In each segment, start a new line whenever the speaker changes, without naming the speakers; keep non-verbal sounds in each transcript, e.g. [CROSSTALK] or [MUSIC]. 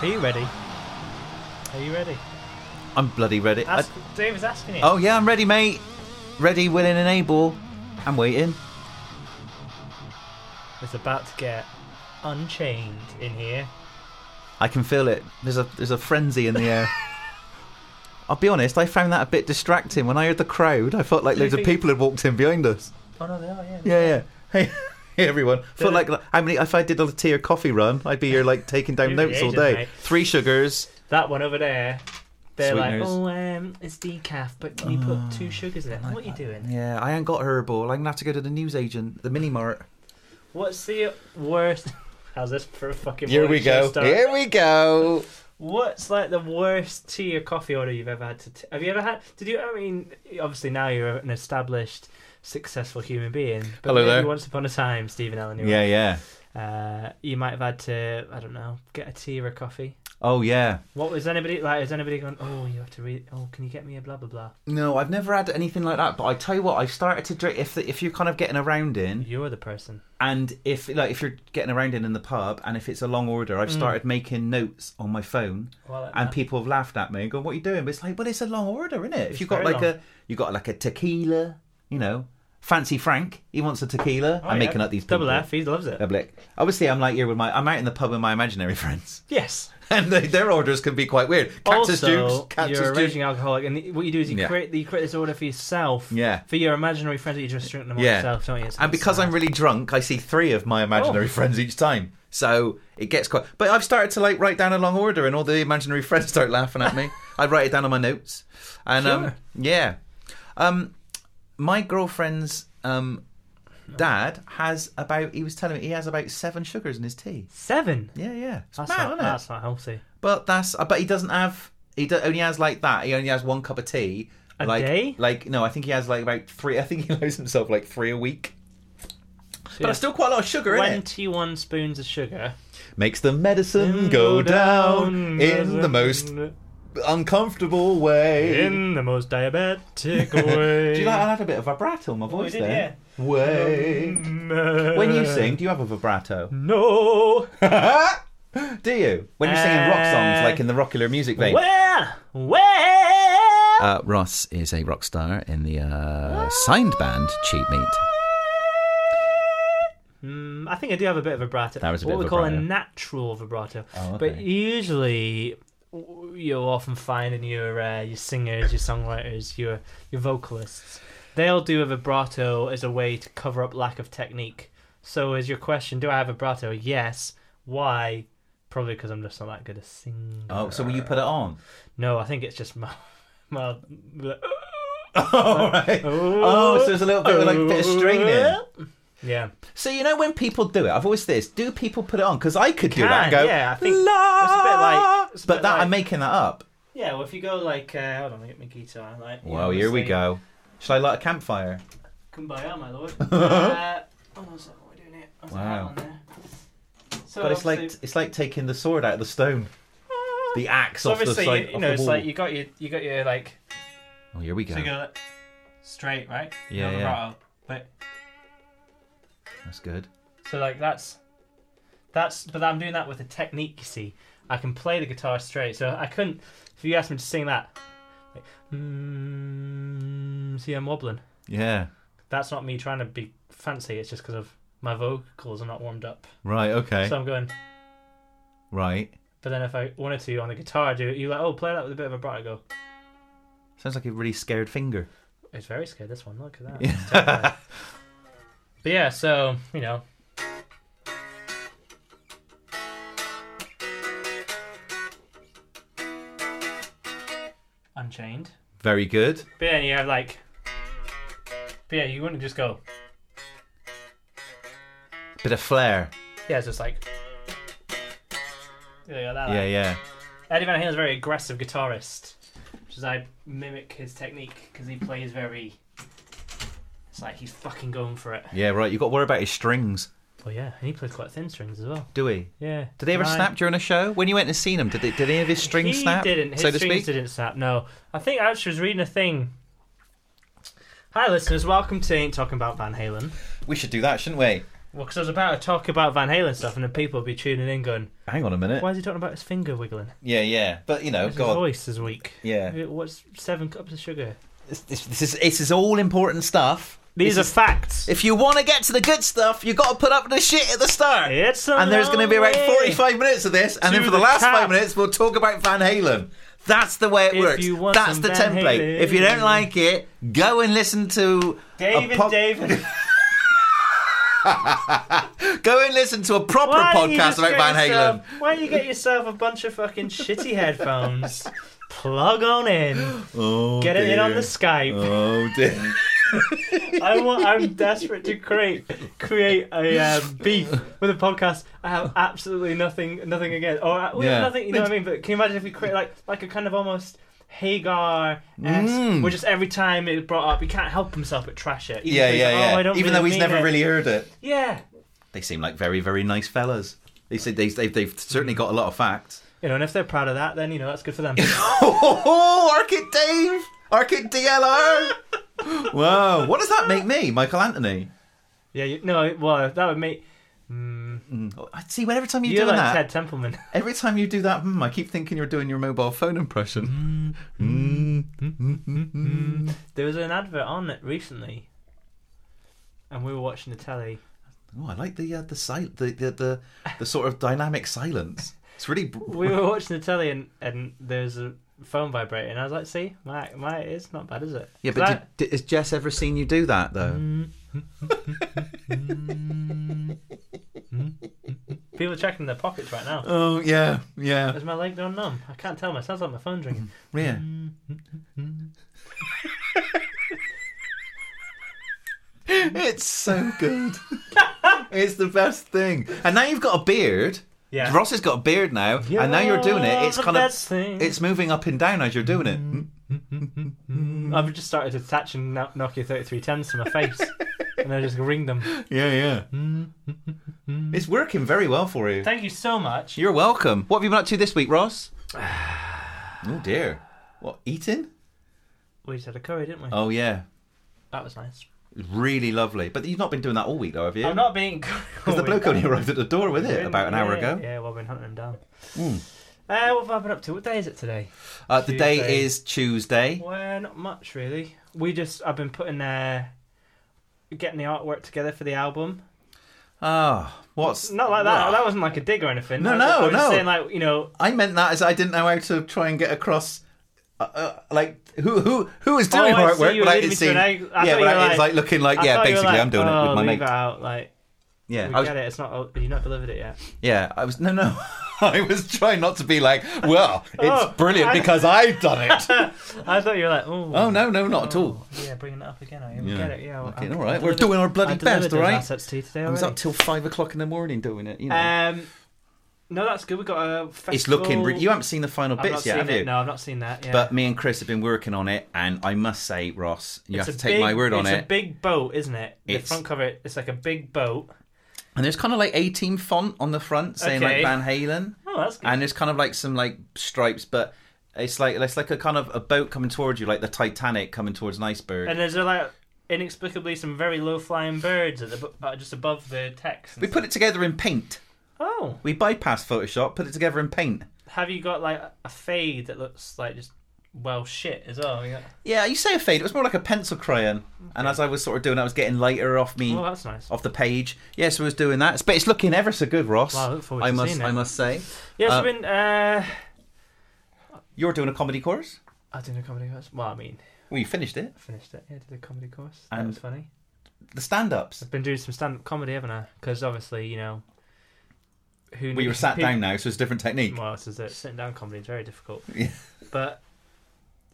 Are you ready? Are you ready?
I'm bloody ready. I-
Ask, Dave is asking you.
oh yeah, I'm ready, mate. Ready, willing, and able. I'm waiting.
It's about to get unchained in here.
I can feel it. There's a there's a frenzy in
[LAUGHS]
the air. I'll be honest. I found that a bit distracting. When I heard the crowd, I felt like
Do you
loads of
think-
people had walked in behind us.
Oh no, they are. Yeah.
Yeah, yeah. Hey, [LAUGHS] hey everyone. Felt
Yeah.
like how many? If I did a tea or coffee run, I'd be
[LAUGHS]
here like taking down
You'd be
notes all
agent,
day.
mate.
Three sugars.
That one over there. They're
Sweeteners.
like, oh, um, it's decaf, but can you put
Oh,
two sugars in it? what are you doing?
Yeah, I ain't got herbal. I'm gonna have to go to the newsagent, the mini mart.
What's the worst? [LAUGHS] How's this for a fucking?
Here we
morning show
go.
start?
Here we go.
What's like the worst tea or coffee order you've ever had to? T- have you ever had? Did you? I mean, obviously now you're an established, successful human being. But
Hello
maybe
there.
Once upon a time, Stephen Allen. you were-
Yeah, yeah.
Uh, you might have had to. I don't know. Get a tea or a coffee.
Oh yeah.
What was anybody like? Is anybody going? Oh, you have to read. Oh, can you get me a blah blah blah?
No, I've never had anything like that. But I tell you what, I've started to drink. If if you're kind of getting around in,
You're the person.
and if like if you're getting around in in the pub, and if it's a long order,
Mm.
I've started making notes on my phone.
Well,
and people have laughed at me and gone, "What are you doing?" But it's like, well, it's a long order, isn't it? If
It's
you've got
very
like
long.
a you got like a tequila, you know, fancy Frank, he wants a tequila. I'm making up these people.
Oh, double F. He loves it.
Double F. Obviously, I'm like here with my I'm out in the pub with my imaginary [LAUGHS] friends,
Yes.
and they, their orders can be quite weird. Cactus
also,
Dukes, Cactus
you're a
Dukes.
raging alcoholic, and what you do is you
Yeah.
create you create this order for yourself.
Yeah.
For your imaginary friends, that you just drink them all
Yeah.
yourself, don't you? It's
And because I'm really drunk, I see three of my imaginary
Oh.
friends each time. So it gets quite. But I've started to like write down a long order, and all the imaginary [LAUGHS] friends start laughing at me. I write it down on my notes, and um,
Sure.
yeah, um, my girlfriend's um, dad has about. He was telling me he has about seven sugars in his tea.
seven.
Yeah, yeah, it's
That's,
mad,
not,
isn't it?
that's not healthy.
But that's. uh, But he doesn't have. He do, only has like that. He only has one cup of tea.
A
like,
day?
Like no, I think he has like about three. I think he loaves himself like three a week. But
Yeah.
it's still quite a lot of sugar in it.
twenty-one spoons of sugar
Makes the medicine go down in the most uncomfortable way.
in the most diabetic
[LAUGHS] Do
way.
you like I had a bit of vibrato in my voice
Oh, did,
there? Way. When you sing, do you have a vibrato?
Mm. no.
[LAUGHS] do you? When you're singing rock songs,
Uh,
like in the rockular music vein.
Well, well.
Uh, Ross is a rock star in the uh, signed band Cheap Meat.
Mm, I think I do have a bit of vibrato.
That was a
what
bit
we
of
call a
vibrato.
natural vibrato.
Oh, okay.
But usually, w- you'll often find in your uh, your singers, your songwriters, your your vocalists, they'll do a vibrato as a way to cover up lack of technique. So, is your question? Do I have vibrato? Yes. Why? Probably because I'm just not that good at singing.
Oh, so will you put it on? [LAUGHS]
No, I think it's just my [LAUGHS] my.
All right. Oh, so there's a little bit of like bit of string in.
Yeah.
So you know when people do it, I've always said this: do people put it on? Because I could do that. And
can,
go,
yeah, I think
"La."
it's a bit like- it's a
but
bit
that
like-
I'm making that up.
Yeah, well, if you go like, uh, hold on, I get my guitar. Like, you
Well,
know,
here we
say,
go. Shall I light a campfire?
Kumbaya, my
[LAUGHS]
lord. uh, hold on a second, what are we doing here? There's a
Wow.
hat on there. So
But it's like
obviously-
it's like taking the sword out of the stone, the axe
so
off the
obviously,
side
you,
of
you know,
the
it's
wall.
like you got your, you got your like,
oh, here we go.
so you go like, straight, right?
Yeah,
No
yeah.
vibrato. But
That's good.
so like that's, that's, but I'm doing that with a technique. You see, I can play the guitar straight. So I couldn't. If you asked me to sing that, like, mm, see, I'm wobbling.
Yeah.
That's not me trying to be fancy. It's just because of my vocals are not warmed up.
Right. Okay.
So I'm going.
right.
But then if I wanted to on the guitar, I do you like oh play that with a bit of a bright go.
Sounds like a really scared finger.
It's very scared this one. Look at that. It's terrifying.
Yeah.
but yeah, so you know. Unchained.
Very good.
But yeah, you have like. But yeah, you wouldn't just go.
Bit of flair.
Yeah, it's just like. Yeah, yeah, that.
Yeah. Yeah.
Eddie Van Halen's a very aggressive guitarist, which is I mimic his technique because he plays very. It's like he's fucking going for it.
Yeah. Right. You got to worry about his strings.
Well, yeah, and he plays quite thin strings as well.
Do we?
Yeah.
Did they ever
Right.
snap during a show? When you went and seen him, did, they, did any of his strings
he
snap?
didn't. His
so to
strings
speak.
didn't snap. No, I think I actually was reading a thing. Hi, listeners. Welcome to Ain't Talking About Van Halen.
We should do that, shouldn't we?
Well, because I was about to talk about Van Halen stuff, and then people would be tuning in going,
Hang on a minute.
why is he talking about his finger wiggling?
Yeah, yeah. But you know,
His
Oh, God,
voice is weak.
yeah.
What's seven cups of sugar?
This, this, this is this is all important stuff.
These
This
are
is-
facts.
If you want to get to the good stuff, you got to put up with the shit at the start.
It's a
and there's going to be about
long way.
45 minutes of this, and
To
then for the,
the
last
top.
five minutes, we'll talk about Van Halen. That's the way it
If
works.
you want
That's
some
the
Van
template.
Halen.
If you don't like it, go and listen to
David,
[LAUGHS] a po-
David.
go and listen to a proper
Why don't you
podcast
just
about
get
Van Halen.
yourself- Why don't you get yourself a bunch of fucking
[LAUGHS]
shitty headphones? Plug on in.
Oh,
Get it in on the
dear.
Skype.
Oh dear.
I want, I'm desperate to create create a um, beef with a podcast. I have absolutely nothing nothing against, or uh, well,
Yeah.
nothing. You know what I mean? But can you imagine if we create like like a kind of almost Hagar esque,
Mm.
where just every time it brought up, he can't help himself but trash it. Even
[LAUGHS] yeah,
though he's like,
yeah,
"Oh,
yeah.
I don't
Even though
really
he's
mean
never
it."
really heard it,
Yeah.
they seem like very, very nice fellas. They say they, they've, they've certainly got a lot of facts. [LAUGHS]
You know, and if they're proud of that, then you know that's good for them.
Oh, Arcade Dave! Arcade DLR!
[LAUGHS]
Wow. What does that make me, Michael Anthony?
yeah. You, no. Well, that would make. Mm,
Mm. I See, every time you're
You're
doing
like
that,
Ted Templeman. [LAUGHS]
every time you do that, hmm, I keep thinking you're doing your mobile phone impression. Mm, mm, mm, mm.
There was an advert on it recently, and we were watching the telly.
Oh, I like the uh, the, sil- the the the the sort of dynamic silence. It's really br-
We
[LAUGHS]
were watching the telly, and, and there's a phone vibrating. I was like, "See, my my, it's not bad, is it?"
yeah. But
That-
did, did, has Jess ever seen you do that though?
people are checking their pockets right now.
Oh yeah, yeah,
Is my leg going numb? I can't tell. My sounds like my phone's
[LAUGHS]
ringing.
yeah. It's so good. [LAUGHS] it's the best thing. And now you've got a beard.
Yeah.
Ross has got a beard now, and now you're doing it. It's
the
kind of
best thing.
it's moving up and down as you're doing it.
I've just started attaching no- Nokia 3310s to my
[LAUGHS]
face, and I just ring them.
Yeah, yeah. It's working very well for you.
Thank you so much.
You're welcome. What have you been up to this week,
[SIGHS]
Ross? oh dear. What eating?
We just had a curry, didn't we?
Oh yeah,
That was nice.
really lovely. But you've not been doing that all week though, have you?
I've not been [LAUGHS] eating curry.
Because the
all
bloke
week.
only arrived at the door with it
Been-
about an hour
yeah,
ago.
Yeah, well, I've been hunting him down.
Mm.
Uh, what have I been up to? What day is it today?
Uh, the day
Tuesday.
is Tuesday.
Well, not much really. We just I've been putting uh, getting the artwork together for the album.
Ah, what's
Not like that.
Ah.
That wasn't like a dig or anything.
No,
I was-
no,
I was just
no.
Saying like you know,
I meant that as I didn't know how to try and get across. Uh, uh, like who who who is doing
Oh, I see,
artwork
you
without
leading
it
me to
seeing?
an egg. I
yeah,
thought you
without
were like-
it's like looking like
I
yeah.
thought you were
Basically,
like,
I'm doing
oh,
it with my
leave
mate.
It out. Like
Yeah,
we
I was,
get it. It's not you not delivered it yet.
yeah, I was no no. [LAUGHS] I was trying not to be like, well, it's
Oh,
brilliant
I- [LAUGHS]
because I've done it.
I thought you were like, oh,
oh no, no, not at all.
Yeah, bringing it up again. I
Yeah.
get it. Yeah, well,
Okay,
I-
all
I
right, we're
delivered-
doing our
I
bloody
delivered
best, all
those
right.
Assets to you today
I was
already.
up till five o'clock in the morning doing it. You know,
Um, no, that's good. We got a festival.
it's looking. Re- you haven't seen the final
I've
bits
not
yet,
seen
have
it.
you?
No, I've not seen that. Yeah.
But me and Chris have been working on it, and I must say, Ross, you
It's
have
a
to take
big-
my word on
it's
it.
a big boat, isn't it? The
It's-
front cover, it's like a big boat.
And there's kind of like A team font on the front saying
Okay.
like Van Halen,
Oh, that's good.
and there's kind of like some like stripes, but it's like it's like a kind of a boat coming towards you, like the Titanic coming towards an iceberg.
And there's uh, like inexplicably some very low flying birds at the bo- uh, just above the text. and
we put it together in Paint.
stuff. Oh,
We bypassed Photoshop, put it together in Paint.
have you got like a fade that looks like just well shit as well? Yeah.
Yeah, you say a fade. It was more like a pencil crayon. And as I was sort of doing, I was getting lighter off me,
Oh, that's nice.
off the page. Yes, I was doing that, but it's looking ever so good, Ross.
Wow, I look forward
I
to
must,
seeing it.
I must say,
Yeah, so
uh,
I've been. Uh,
you're doing a comedy course.
I did a comedy course. Well, I mean,
Well, you finished it.
I finished it. Yeah, I did a comedy course. That
And-
was funny.
The stand-ups.
I've been doing some stand up comedy, haven't I? Because obviously, you know, who
Well, you were
knew- [LAUGHS]
sat
people-
down now, so it's a different technique.
Well, this is it. Sitting down comedy is very difficult.
[LAUGHS] Yeah.
But,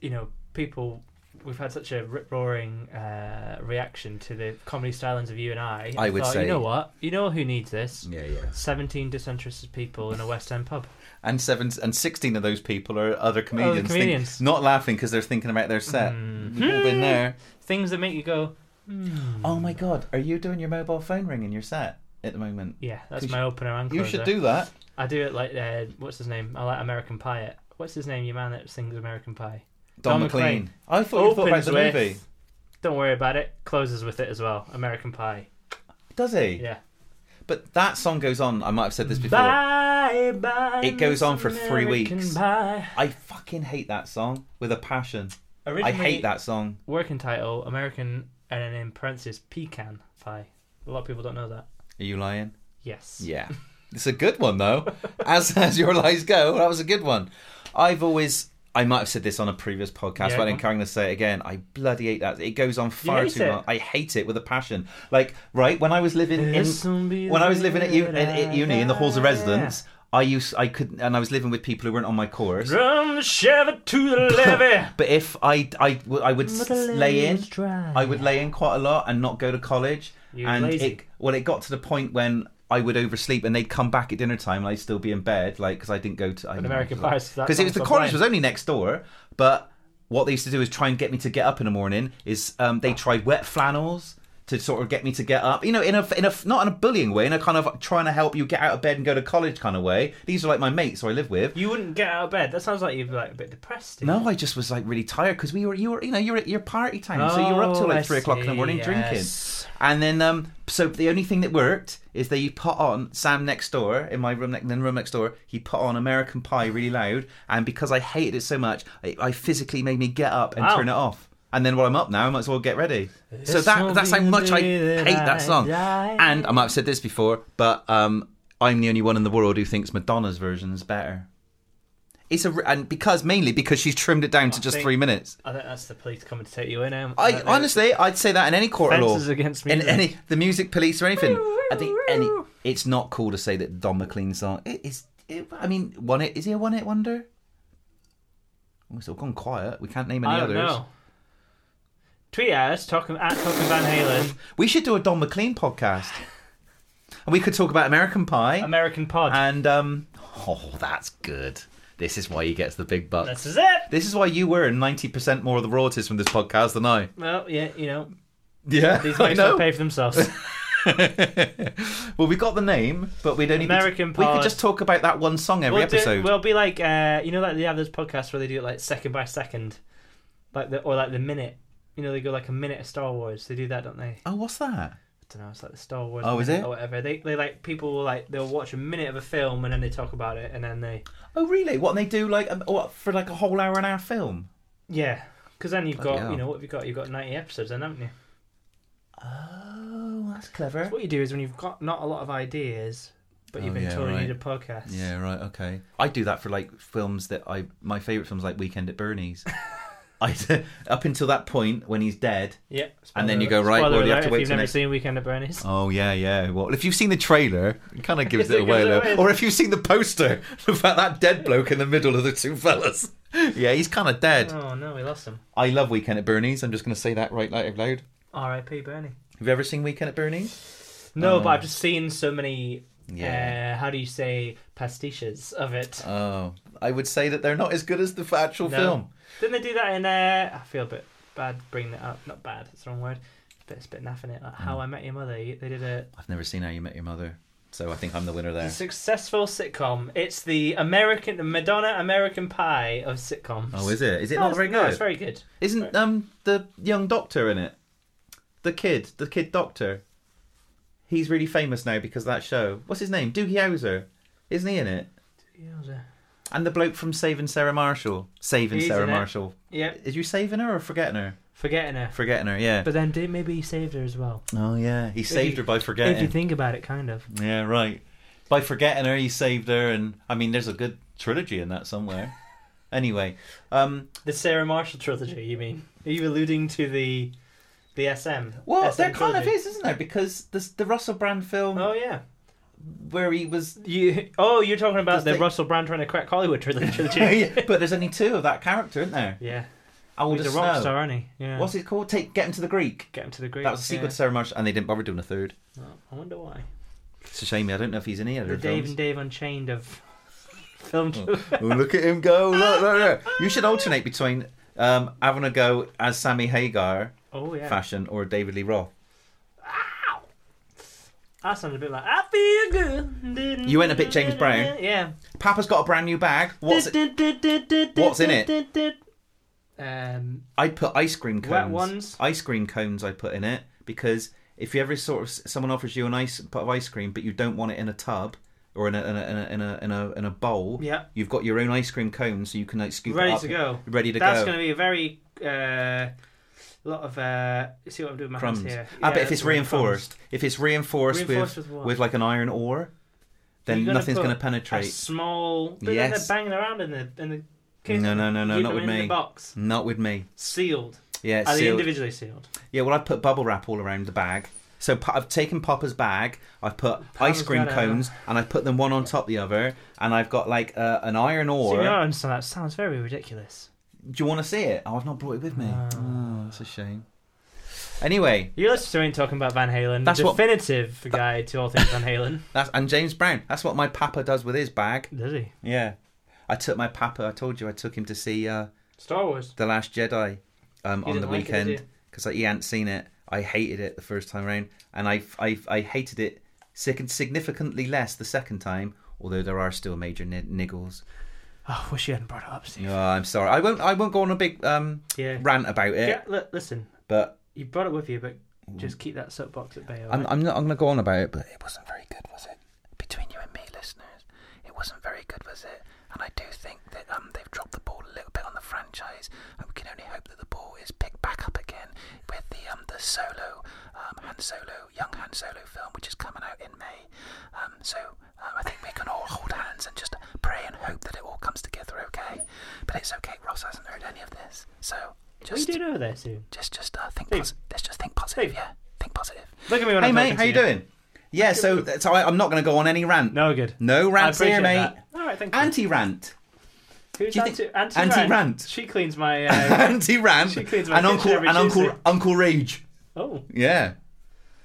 you know, people, we've had such a rip roaring uh, reaction to the comedy stylings of you and I.
I would
thought,
say-
You know what? You know who needs this?
Yeah, yeah.
17 disinterested people in a West End pub.
and seven and sixteen of those people are other comedians, think-
comedians.
not laughing because they're thinking about their set.
Mhm.
We've
[LAUGHS]
all been there.
Things that make you go, hmm.
Oh my god, are you doing your mobile phone ring in your set at the moment?
Yeah, that's
You
my opener and
You
closer.
should do that.
I do it like, uh, what's his name? I like American Pie it. What's his name, your man that sings American Pie?
Don,
Don
McLean.
McLean.
I thought you thought about
Opens
the
with-
movie.
Don't worry about it. Closes with it as well. American Pie.
Does he?
Yeah.
But that song goes on. I might have said this before.
Bye, bye.
It goes
Miss
on for three
American
weeks.
Pie.
I fucking hate that song with a passion. I
Originally,
hate that song.
Working title American and then in parentheses pecan pie. A lot of people don't know that.
Are you lying?
Yes.
Yeah. [LAUGHS] It's a good
[LAUGHS]
one though. as as your lies go, that was a good one. I've always I might have said this on a previous podcast,
Yeah,
but
go
I'm
on.
going to say it again. I bloody hate that. It goes on far
hate
too
it?
long. I hate it with a passion. Like right when I was living in
This'll be
when
the
I was living at, u-
night
at, at uni in the halls of
I-
residence, I used I could and I was living with people who weren't on my course.
From the Chevy to
[LAUGHS]
the levee.
But if I I, w- I would s-
But the
lay in,
lavee's dry.
I would lay in quite a lot and not go to college.
You
and
lazy.
it well, it got to the point when I would oversleep and they'd come back at dinner time and I'd still be in bed, like because I didn't go to
An American Pie, so that
because it
sounds
was the
so
college
blind.
was only next door, but. What they used to do is try and get me to get up in the morning. Is um, they tried wet flannels to sort of get me to get up. You know, in a in a not in a bullying way, in a kind of trying to help you get out of bed and go to college kind of way. These are like my mates who I live with.
You wouldn't get out of bed. That sounds like you're like a bit depressed.
No, I just was like really tired because we were you were you know you were at your party time, so you were up till
Oh, I
like three o'clock in the
see,
morning drinking.
yes.
And then um, so the only thing that worked is that you put on Sam next door in my room, ne- then room next door. He put on American Pie really loud, and because I hated it so much, I, I physically made me get up and
Wow.
turn it off. And then while I'm up now, I might as well get ready. so
This will
that that's
be
how much
the
I
day
hate
that I
that song.
die.
And I might have said this before, but um, I'm the only one in the world who thinks Madonna's version is better. It's a re- and because mainly because she's trimmed it down to just
think-
three minutes.
I think that's the police coming to take you in. Um,
I
think
honestly, I'd say that in any court of law,
Offences against
in
music.
any the music police or anything. I think any. It's not cool to say that Don McLean song. It is. It, I mean, one it is he a one hit wonder? Oh, it's all gone quiet. We can't name any
I don't
others.
know. Tweet at us talking at talking Van Halen
We should do a Don McLean podcast, and we could talk about American Pie
American Pod.
and um. Oh, that's good. This is why he gets the big bucks.
this is it.
This is why you earn ninety percent more of the royalties from this podcast than I.
Well, yeah, you know
Yeah,
[LAUGHS] these
[LAUGHS] I
guys don't
know.
pay for themselves.
well, we got the name, but we don't even.
American
We could
Pie.
just talk about that one song every
we'll, do-
episode.
we'll be like uh, you know like they have those podcasts where they do it like second by second, like the or like the minute. You know they go like a minute of Star Wars. They do that, don't they?
oh, what's that?
I don't know. It's like the Star Wars.
Oh, is
minute
it?
Or whatever. They they like people will like they'll watch a minute of a film and then they talk about it and then they
Oh, really? What and they do like um, what for like a whole hour and hour film?
yeah. Because then you've
Bloody
got
hell.
you know what have you got? You've got ninety episodes, then haven't you?
Oh, that's clever.
So what you do is when you've got not a lot of ideas, but you've
Oh,
been
yeah,
told
right.
you need a podcast.
Yeah, right. Okay, I do that for like films that I my favorite films like Weekend at [LAUGHS] Bernie's. I up until that point when he's dead.
Yeah.
And then
Spoiler
you go,
alert.
right,
Spoiler
well, you have
alert
to
if
wait
you've
till
never
next-
seen Weekend at Bernie's.
Oh yeah, yeah. Well, if you've seen the trailer, it [LAUGHS] kind of gives
It
it away,
gives it
a
away.
little. Or if you've seen the poster, [LAUGHS] about that dead bloke in the middle of the two fellas. [LAUGHS] Yeah, he's kind of dead.
Oh no, we lost him.
I love Weekend at Bernie's. I'm just going to say that right out loud.
R.I.P. Bernie.
Have you ever seen Weekend at Bernie's?
No,
Oh.
but I've just seen so many.
Yeah.
Uh, how do you say pastiches of it?
Oh, I would say that they're not as good as the actual
No.
film.
Didn't they do that in? Uh, I feel a bit bad bringing it up. Not bad. It's the wrong word. But it's a bit naff in it. Like How
Mm.
I Met Your Mother. They did a
I've never seen How You Met Your Mother, so I think I'm the winner there.
successful sitcom. It's the American the Madonna American Pie of sitcoms.
Oh, is it? Is it
No,
not
it's-
very
No, it's
good?
very good.
Isn't um the young doctor in it? The kid, the kid doctor. He's really famous now because of that show. What's his name? Doogie Howser, isn't he in it? And the bloke from Saving Sarah Marshall, Saving
He's
Sarah
in it.
Marshall.
Yeah,
Is you saving her or forgetting her?
forgetting her.
Forgetting her, yeah.
But then did- maybe he saved her as well.
oh yeah, he saved
you-
her by
If you
forgetting.
think about it, kind of.
yeah, right. By forgetting her, he saved her, and I mean, there's a good trilogy in
[LAUGHS]
that somewhere. anyway, um,
The Sarah Marshall trilogy, you mean? Are you alluding to the the SM?
well,
SM
there kind of
trilogy?
is, isn't there? Because the the Russell Brand film
Oh yeah.
where
[LAUGHS]
he was [LAUGHS]
You oh you're talking about
Just
the
think-
Russell Brand trying to crack Hollywood trilogy.
[LAUGHS]
trilogy.
but there's only two of that character, isn't there?
yeah.
Aldous
He's a rock
Snow.
star, isn't he? Yeah.
What's it called? Take Get Him to the Greek.
Get him to the Greek.
That was a sequel to Sarah Marshall, and they didn't bother doing a third.
Yeah. Oh, I wonder why.
It's a shame. I don't know if he's in any other
The Dave
films.
and Dave Unchained of [LAUGHS] film.
[LAUGHS] oh, look at him go! Look, look, look. You should alternate between um, having a go as Sammy Hagar
Oh yeah.
fashion or David Lee Roth.
That sounded a bit like I feel good.
You went a bit James Brown.
Yeah.
Papa's got a brand new bag. What's it? What's in
it? Um,
I'd put ice cream cones.
Wet ones?
Ice cream cones. I put in it because if you ever sort of someone offers you an ice pot of ice cream, but you don't want it in a tub or in a in a in a in a, in a, in a bowl,
Yeah.
you've got your own ice cream cone, so you can like scoop
Ready
it up,
to go.
ready to
That's
go.
going to be a very uh, lot of. Uh, see what I'm doing with my
Crumbs.
hands here.
I bet
Yeah,
Ah, if it's
crumbs.
reinforced, if it's reinforced,
Reinforced
with
with what?
with like an iron ore, then
You're gonna
nothing's
put
going to
a
penetrate.
small. But then
Yes.
they're banging around in the in the. Case.
No, no, no, no,
You
not
put
with
them in The
me.
box
Not with me.
sealed.
Yeah, it's
Are they
sealed.
individually sealed?
Yeah, well, I put bubble wrap all around the bag. So pa- I've taken Papa's bag. I've put ice
Papa's
cream
got a-
cones, and I put them one on top of the other. And I've got like uh, an iron
Or...
ore.
See, I understand that sounds very ridiculous.
Do you want to see it? Oh, I've not brought it with me.
Ah.
Oh, that's a shame. Anyway,
You listen to me talking about Van Halen,
That's
the
what-
definitive guide to all things Van Halen.
that's and James Brown. That's what my Papa [LAUGHS] does with his bag.
Does he?
Yeah, I took my Papa. I told you I took him to see uh,
Star Wars.
the Last Jedi um,
You
on the
didn't like it, did
weekend
you?
because he hadn't seen it. I hated it the first time around, and I I, I hated it sig- significantly less the second time. Although there are still major ni- niggles.
Oh, I wish you hadn't brought it up, Steve.
Oh, I'm sorry. I won't. I won't go on a big um,
Yeah.
rant about it.
yeah. Look, listen,
But
you brought it with you, but just keep that soapbox at bay. all
Mm-hmm. I'm.
right?
I'm not. I'm going to go on about it. But it wasn't very good, was it? Between you and me, listeners, it wasn't very good, was it? And I do think that um they've dropped the ball a little bit on the franchise, and we can only hope that the ball is picked back up again with the um the solo um Han Solo young Han Solo film, which is coming out in May. Um, so um, I think we can all hold hands and just pray and hope that it all comes together okay. But it's okay. Ross hasn't heard any of this, so
What are you
just
doing over there, soon?
just just uh, think
Steve.
posi- let's just think positive.
Steve.
Yeah, think positive.
Look at me when
Hey
I'm
mate,
talking
how
to
you doing? Yeah, so, so I, I'm not going to go on any rant.
No, good.
No rants
I
here,
appreciate
mate.
that. All right, thank you.
Anti-rant,
Who's
do you
Auntie,
think-
Auntie,
Auntie
Rant?
Rant?
She cleans my. Uh,
[LAUGHS] anti-rant,
She cleans my
and
kitchen
Uncle
every
and Uncle
Tuesday.
Uncle Rage.
oh,
Yeah,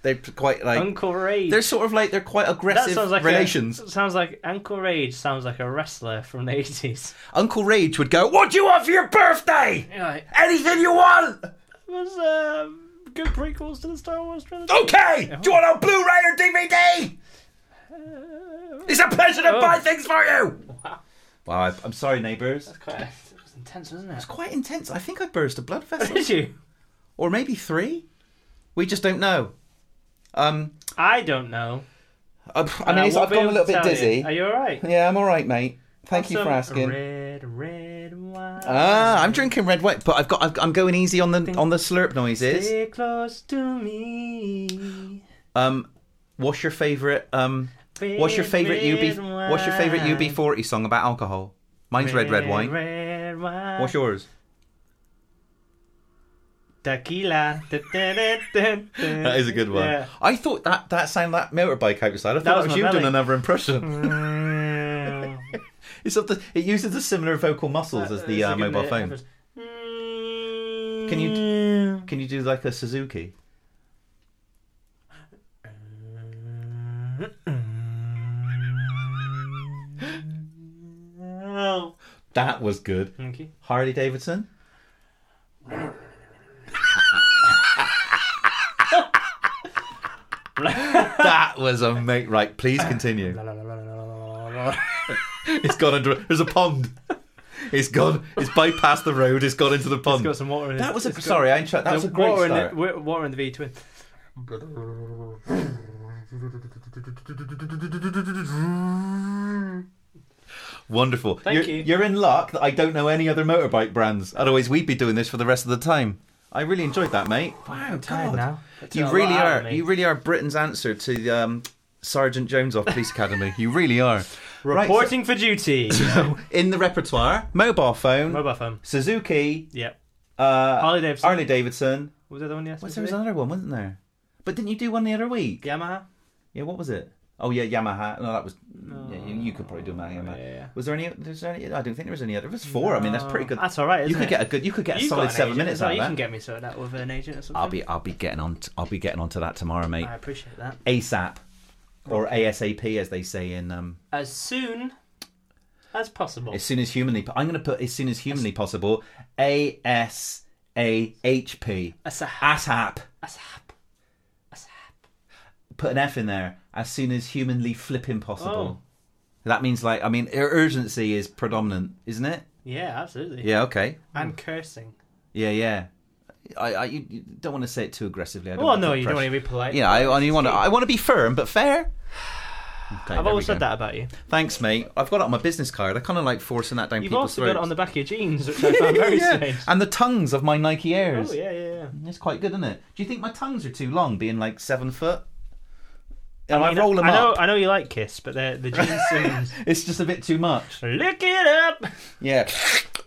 they're p- quite like
Uncle Rage.
they're sort of like they're quite
that
aggressive
sounds like
relations.
A, sounds like Uncle Rage sounds like a wrestler from the 80s.
Uncle Rage would go, "What do you want for your birthday?
You're like,
Anything you want."
it was uh, good prequels to the Star Wars trilogy.
Okay. Do you want a Blu-ray or DVD? It's a pleasure
Oh.
to buy things for you. Wow, I, I'm sorry, neighbours.
That's quite, it was intense, wasn't it?
Quite intense. I think I burst a
[LAUGHS]
blood vessel,
Did you?
or maybe three. We just don't know. Um,
I don't know.
I, I mean,
Uh,
it's,
what
I've gone a
will
little bit
tell you?
dizzy.
Are you all right?
Yeah, I'm all right, mate. Thank
Have
you for
some
asking.
Red, red wine.
Ah,
Um,
I'm drinking red wine, but I've got I've, I'm going easy on the on the slurp noises.
Stay close to me.
Um, what's your favorite um What's your
Red,
favorite
red
UB What's your favorite
wine.
UB40 song about alcohol? Mine's red red wine.
Red wine.
What's yours?
tequila? that
That is a good one.
Yeah.
I thought that that sounded like motorbike outside. I thought that
was
was,
my
you
belly.
doing
[LAUGHS]
another impression.
Mm.
it's of the, it uses the similar vocal muscles as
[LAUGHS]
the
It's
uh,
a good
mobile
bit.
phone. Can
you?
Can you do like a Suzuki?
Oh.
That was good.
[LAUGHS] Thank you.
Harley Davidson. that was a mate. Right, please continue. It's gone under. There's a pond. It's gone. It's bypassed the road. It's gone into
[LAUGHS]
the
It's
pond.
got some water in it.
that was a
It's got-
sorry. I interrupt. That was a
the
great
water
start.
In the, water in the V twin.
Wonderful.
Thank
you're,
you.
are in luck that I don't know any other motorbike brands. Otherwise, we'd be doing this for the rest of the time. I really enjoyed that, mate. Wow,
Tired now.
You really are. You really are Britain's answer to um, Sergeant Jones off Police Academy. You really are. Right, so-
reporting for duty. [LAUGHS]
[LAUGHS] in the repertoire: mobile phone,
Mobile phone.
Suzuki,
Yep.
uh,
Harley Davidson.
Harley Davidson.
Was that the one? Yes.
What's there was another one, wasn't there? But didn't you do one the other week?
Yamaha.
Yeah, what was it? Oh yeah, Yamaha. No, that was. Yeah, you, you could probably do that. Yamaha.
Oh, yeah.
Was there any? Was there any? I don't think there was any other. There was four. I mean, that's pretty good.
That's all right. Isn't
you could
it?
get a good. You could get a
You've got
solid
an
seven
agent
minutes
as well.
out
You can
of that.
get me sorted out with an agent or something.
I'll be. I'll be getting on. To, I'll be getting onto that tomorrow, mate.
I appreciate that.
ASAP, or ASAP, as they say in. Um,
As soon as possible.
as soon as humanly. po- I'm going to put as soon as humanly possible. A S A H P.
As a ha-
ASAP.
as a hap. As a hap.
Put an F in there. As soon as humanly flipping
Oh.
possible. That means like I mean ur- urgency is predominant, isn't it?
Yeah, absolutely.
Yeah. Okay.
And cursing.
Yeah. Yeah. I, I you you don't want to say it too aggressively. I don't
Well,
wanna
no,
put
you don't want
pressure-
to be polite.
Yeah, I, I want to. I want to be firm
[SIGHS]
but fair. Okay,
I've
there we
always
go.
said that about you.
Thanks, mate. I've got it on my business card. I kind of like forcing that down
You've
people's
also
throats.
got it on the back of your jeans,
[LAUGHS]
which I found very
yeah.
strange.
And the tongues of my Nike Airs.
Oh yeah, yeah, yeah.
It's quite good, isn't it? Do you think my tongues are too long, being like seven foot?
I
And I,
mean,
roll them
I know,
up.
I know you like Kiss, but they're the
[LAUGHS]
jeans seems.
It's just a bit too much.
Look it up.
Yeah,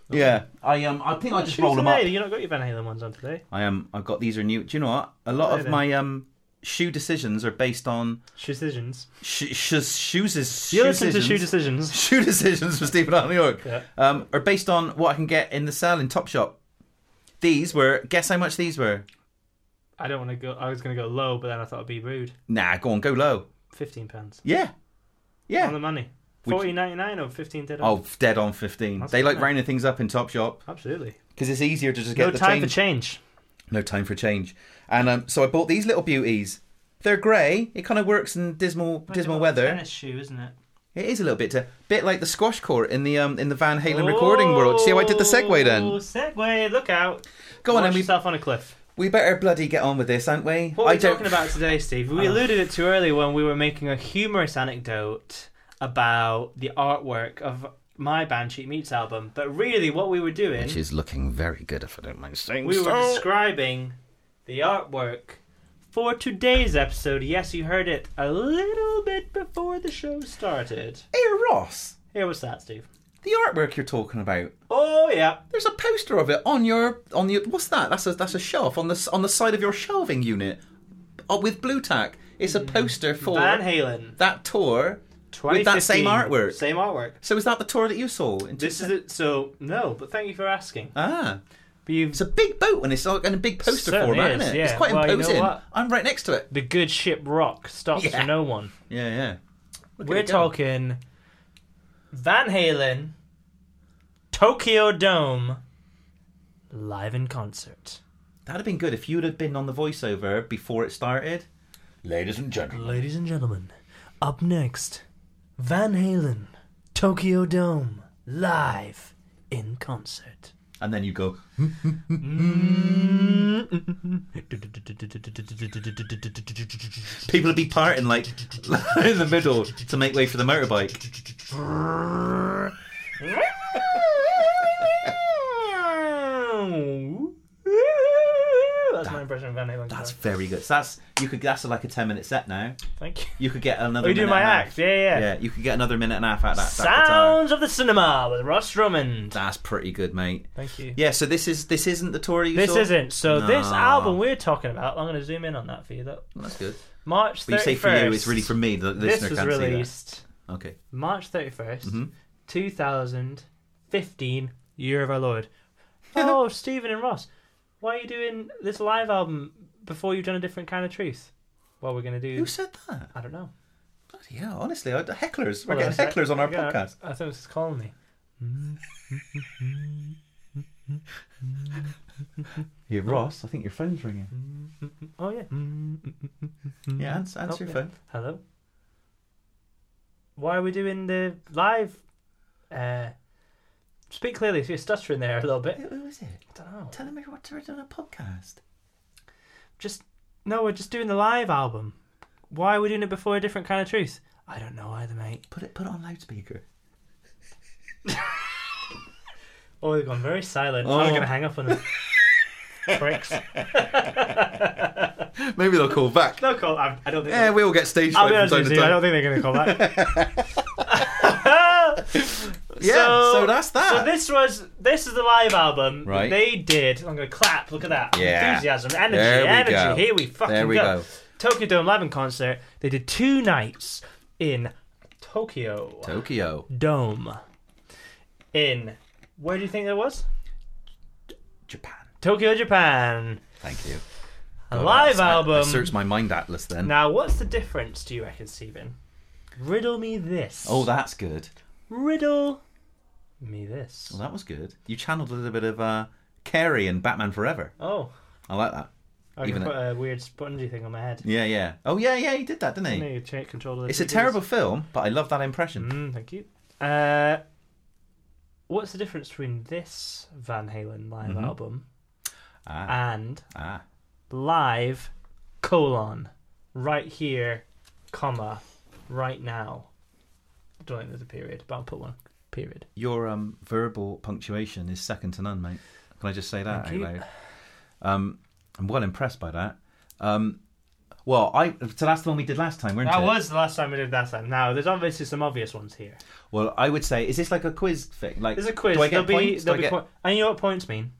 yeah. I um, I think I just roll them
Tuesday,
up.
You not got your Van Halen ones on today.
I um, I've got these are new. Do you know what? A lot
Right
of
then.
my um shoe decisions are based on
Decisions.
sh- sh- shoes. Is,
You
shoe
listen to
decisions.
shoe decisions.
[LAUGHS] shoe decisions for Stephen Out New York
Yeah.
um, are based on what I can get in the sale in Topshop. These were guess how much these were?
I don't want to go. I was going to go low, but then I thought it'd be rude.
Nah, go on, go low.
Fifteen pounds
Yeah,
on
yeah.
the money.
Would you-
Forty ninety nine or fifteen dead.
Oh, f- dead on fifteen.
That's
they
good,
like
isn't it?
rounding things up in Topshop
absolutely.
because it's easier to just get
No
the
time
change.
for change.
no time for change. And um, so I bought these little beauties. They're grey. It kind of works in dismal, dismal weather.
Tennis shoe, isn't it?
It is a little bit, to, bit like the squash court in the um in the Van Halen recording world. See how I did the segue
Oh,
then?
Segue. Look out.
Go on,
Watch
and we
yourself on a cliff.
we better bloody get on with this, aren't we?
What are
I
we
don't.
talking about today, Steve? We
Oh.
alluded it to earlier when we were making a humorous anecdote about the artwork of my band Cheap Meats album. But really, what we were doing,
Which is looking very good, if I don't mind saying
we were
so.
describing the artwork for today's episode. Yes, you heard it a little bit before the show started.
hey, Ross,
Here, what's that, Steve?
the artwork you're talking about.
Oh yeah,
There's a poster of it on your on your. What's that? That's a that's a shelf on the s- on the side of your shelving unit, uh, with blue tack. It's a poster for
Mm. Van Halen.
that tour. With that
2015.
same artwork.
Same artwork.
So is that the tour that you saw? In
This is it. So no, but thank you for asking.
ah,
But you've
it's a big boat and it's like in a big poster
Certainly
format,
is,
isn't it?
yeah.
It's quite
Well, you know
imposing.
what?
I'm right next to it.
the good ship rock stops
Yeah.
for no one.
Yeah, yeah. Look at
We're
it go.
talking Van Halen, Tokyo Dome, live in concert.
That'd have been good if you'd have been on the voiceover before it started. Ladies and gentlemen.
Ladies and gentlemen, up next, Van Halen, Tokyo Dome, live in concert.
And then you go. People would be parting like [LAUGHS] in the middle to make way for the motorbike.
That's my impression of Van Halen.
That's very good. So that's you could. That's like a ten minute set now.
Thank you.
You could get
Oh,
another.
you
minute
doing my
and a half.
act? Yeah, yeah.
Yeah, you could get another minute and a half out of that. that guitar.
Sounds of the Cinema with Ross Drummond.
That's pretty good, mate.
Thank you.
Yeah. So this is this isn't the tour you
This
saw.
isn't. So this
No.
album we're talking about, I'm going to zoom in on that for you. That
Well, that's good.
March 31st.
But you say for you, it's really for me. The
This
listener
was
can't
released
see that. Okay.
March 31st,
Mhm.
2015, year of our Lord.
[LAUGHS]
Oh, Stephen and Ross, why are you doing this live album before you've done a different kind of truth? Well, we're going to do.
Who said that?
I don't know.
Bloody hell! Honestly, I, hecklers. We're
Hold on a
getting
sec.
hecklers on our
Yeah,
podcast.
I thought it was calling me.
Yeah, Ross. I think your phone's ringing.
Oh, yeah.
Mm-hmm. Yeah, answer, answer your
Okay.
phone.
Hello. Why are we doing the live? Uh, speak clearly. If you're stuttering there a little bit,
Who is it?
I don't know.
Tell them what to do on a podcast.
Just no. We're just doing the live album. Why are we doing it before a different kind of truth? I don't know either, mate.
Put it put it on loudspeaker.
Oh, they've gone very silent. I'm
Oh.
gonna hang up on [LAUGHS] them. [LAUGHS] Pricks.
Maybe they'll
[LAUGHS]
call back.
No call. I, I don't think.
Yeah, we all get stage
I'll be
fright
honest
from
with
time to
you. I don't
time.
think they're gonna call [LAUGHS] back.
Yeah, so, that's that. [LAUGHS]
So this was this is the live album. that
Right.
They did. I'm gonna clap. Look at that.
Yeah.
Enthusiasm, energy,
There we
energy.
go.
Here we fucking
There we go.
Tokyo Dome live in concert. They did two nights in Tokyo
Tokyo.
Dome. In where do you think that was?
Japan.
Tokyo, Japan.
Thank you.
A
God,
live
I- I
album.
searched my mind atlas then.
Now, what's the difference? Do you reckon, Stephen? Riddle me this.
Oh, that's good.
riddle me this.
Well, that was good. You channeled a little bit of uh, Carrie and Batman Forever.
Oh,
I like that.
I
Even
can put a weird spongy thing on my head.
Yeah, yeah. Oh, yeah, yeah. He did that, didn't he?
No, you take control of the
It's a
TVs.
terrible film, but I love that impression.
Mm, thank you. Uh, what's the difference between this Van Halen live album
Mm-hmm. Ah,
and
ah.
live colon right here comma right now I don't think there's a period but i'll put one period
Your um, verbal punctuation is second to none, mate. Can I just say that
Thank you.
out loud? Um, I'm well impressed by that. Um, well, I so that's the one we did last time, weren't
that
it?
was the last time we did that time now there's obviously some obvious ones here
Well, I would say, is this like a quiz thing? Like,
there's a quiz
Do I get
there'll be
points? Do I
there'll be
get-
point- and you know what points mean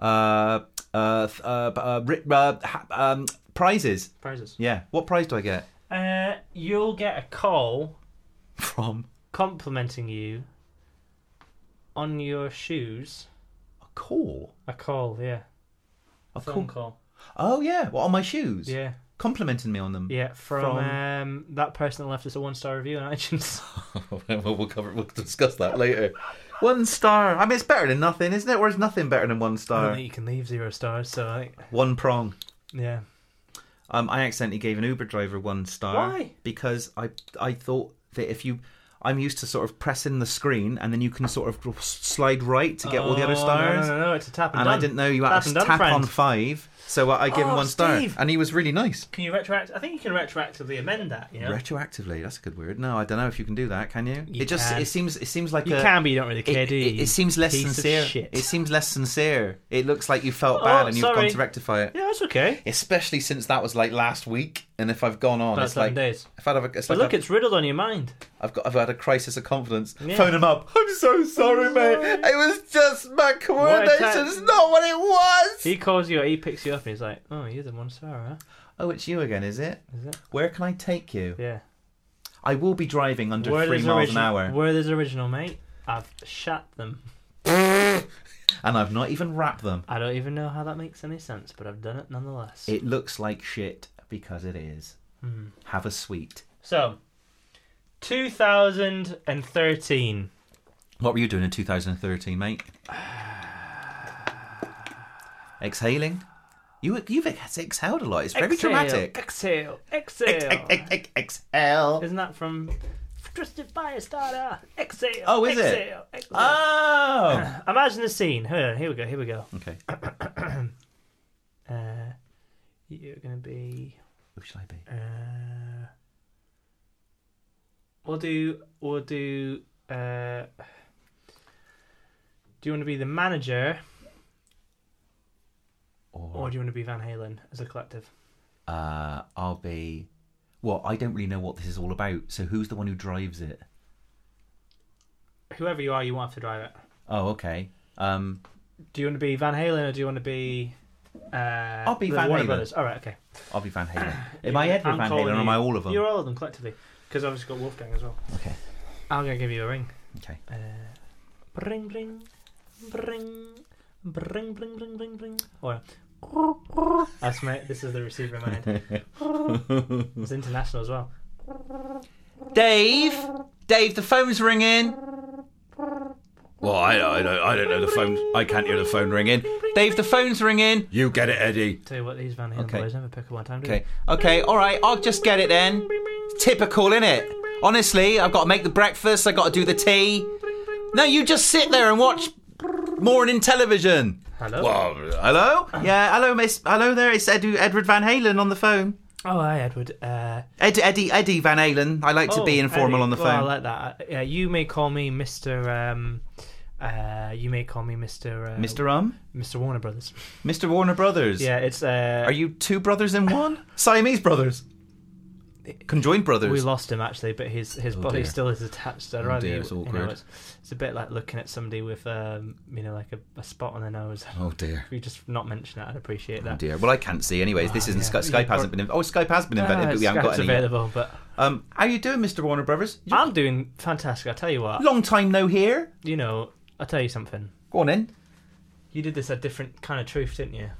uh, uh, th- uh, b- uh, ri- uh, ha- um, prizes.
prizes
Yeah. What prize do I get
uh you'll get a call
from
complimenting you on your shoes
a call?
a call yeah
A
phone call
call? Oh yeah. What on my shoes?
yeah
Complimenting me on them.
yeah from,
From-
um that person that left us a one star review on
[LAUGHS]
itunes [LAUGHS]
[LAUGHS] well, we'll cover. We'll discuss that later. One star. I mean, it's better than nothing, isn't it? Or is nothing better than one
I don't
star?
think you can leave zero stars, so I think,
One prong.
yeah.
Um, I accidentally gave an Uber driver one star.
Why?
Because I I thought that if you, I'm used to sort of pressing the screen and then you can sort of slide right to get all the other
Oh,
stars.
No, no, no, it's a tap and,
And
done.
I didn't know you
Tap
had to
and done,
tap
friend.
on five, so I gave
Oh,
him one star,
Steve.
and he was really nice.
Can you retroact? I think you can retroactively amend that. You know,
Retroactively, that's a good word. No, I don't know if you can do that. Can you?
You
it just
can.
it seems it seems like
you
a,
can, but you don't really
Uh, It,
care, do you?
it- it seems less
piece of
sincere.
shit.
It seems less sincere. It looks like you felt
Oh,
bad and you've
sorry.
gone to rectify it.
yeah, that's okay.
Especially since that was like last week, and if I've gone on,
About
it's
seven
like
days.
if I'd have a, it's
But
like
look,
I've,
it's riddled on your mind.
I've got I've had a crisis of confidence.
Yeah. Oh,
Phone him up. I'm so sorry, mate. It was just my coordination's not what it was.
He calls you, or he picks you up, and he's like, "Oh, you're the one star,
Oh, it's you again, is it?
huh? Is it?
Where can I take you?
Yeah."
I will be driving under
Where
three
there's
miles an
original-
hour,
Where there's original, mate. I've shat them.
and I've not even wrapped them.
I don't even know how that makes any sense, but I've done it nonetheless.
It looks like shit because it is.
Hmm.
Have a sweet.
So, 2013.
What were you doing in 2013, mate? [SIGHS] Exhaling? You, you've ex- exhaled a lot. It's very
Exhale,
dramatic.
Exhale,
Ex-
exhale.
ex- ex- ex- Exhale.
Isn't that from Twisted Firestarter? Exhale.
Oh, is it?
exhale, it? Exhale. [LAUGHS]
Oh!
Imagine the scene. Here, here we go. Here we go.
Okay.
Uh, you're gonna be.
Who shall I be?
Uh, we'll do. We'll do. Uh, do you want to be the manager, or
Or
do you want to be Van Halen as a collective?
uh, I'll be. Well, I don't really know what this is all about. So who's the one who drives it?
Whoever you are, you won't have to drive it.
Oh, okay. Um,
Do you want to be Van Halen or do you want to be? Uh, I'll
be Van
Warner
Halen.
Brothers. All right, okay.
I'll be
[COUGHS]
Van Halen. Am I Edward
I'm
Van
calling
Halen or am
you-
I all of them?
You're all of them collectively, because I've just got Wolfgang as well.
Okay.
I'm gonna give you a ring.
Okay.
Uh, bring, bring, bring, bring, bring, bring, bring, bring. Or that's my. This is the receiver in my head.
[LAUGHS]
It's international as well.
Dave, Dave, the phone's ringing. Well, I, I don't, I don't know the phone. I can't hear the phone ringing. Dave, the phone's ringing. You get it, Eddie.
Tell you what, these Van Halen
Okay.
boys never pick up one time. Do
Okay, okay, all right. I'll just get it then. It's typical, innit? Honestly, I've got to make the breakfast. I got to do the tea. No, you just sit there and watch morning television.
They? Hello.
Oh, hello? Yeah, hello, Miss. Hello there. It's Edu, Edward Van Halen on the phone.
Oh, hi, Edward. Uh,
Ed, Eddie, Eddie Van Halen. I like to
Oh,
be informal
Eddie.
on the
Well,
phone.
I like that. Yeah, you may call me Mister. Um, uh, you may call me Mister. Uh,
Mr. Um.
Mr. Warner Brothers.
Mr. Warner Brothers.
Yeah, it's. Uh,
Are you two brothers
[LAUGHS]
in one? Siamese brothers. Conjoined brothers.
We lost him actually, but his his
Oh,
body
dear. Oh,
still is attached. I'd rather
dear,
you-
it's
you know,
awkward.
it's, it's a bit like looking at somebody with um, you know, like a, a spot on their nose.
oh dear.
[LAUGHS] If you just not mention that, I'd appreciate
Oh
that.
dear. Well, I can't see. Anyways, this
Oh,
isn't
yeah.
Skype. Skype hasn't been. In- oh, Skype has been
Ah,
invented, but we haven't got
Skype's
any. yet.
available, Ah. but
Um, how you doing, Mr. Warner Brothers? You-
I'm doing fantastic. I tell you what,
Long time no here.
you know, I will tell you something.
Go on in.
You did this a different kind of truth, didn't you?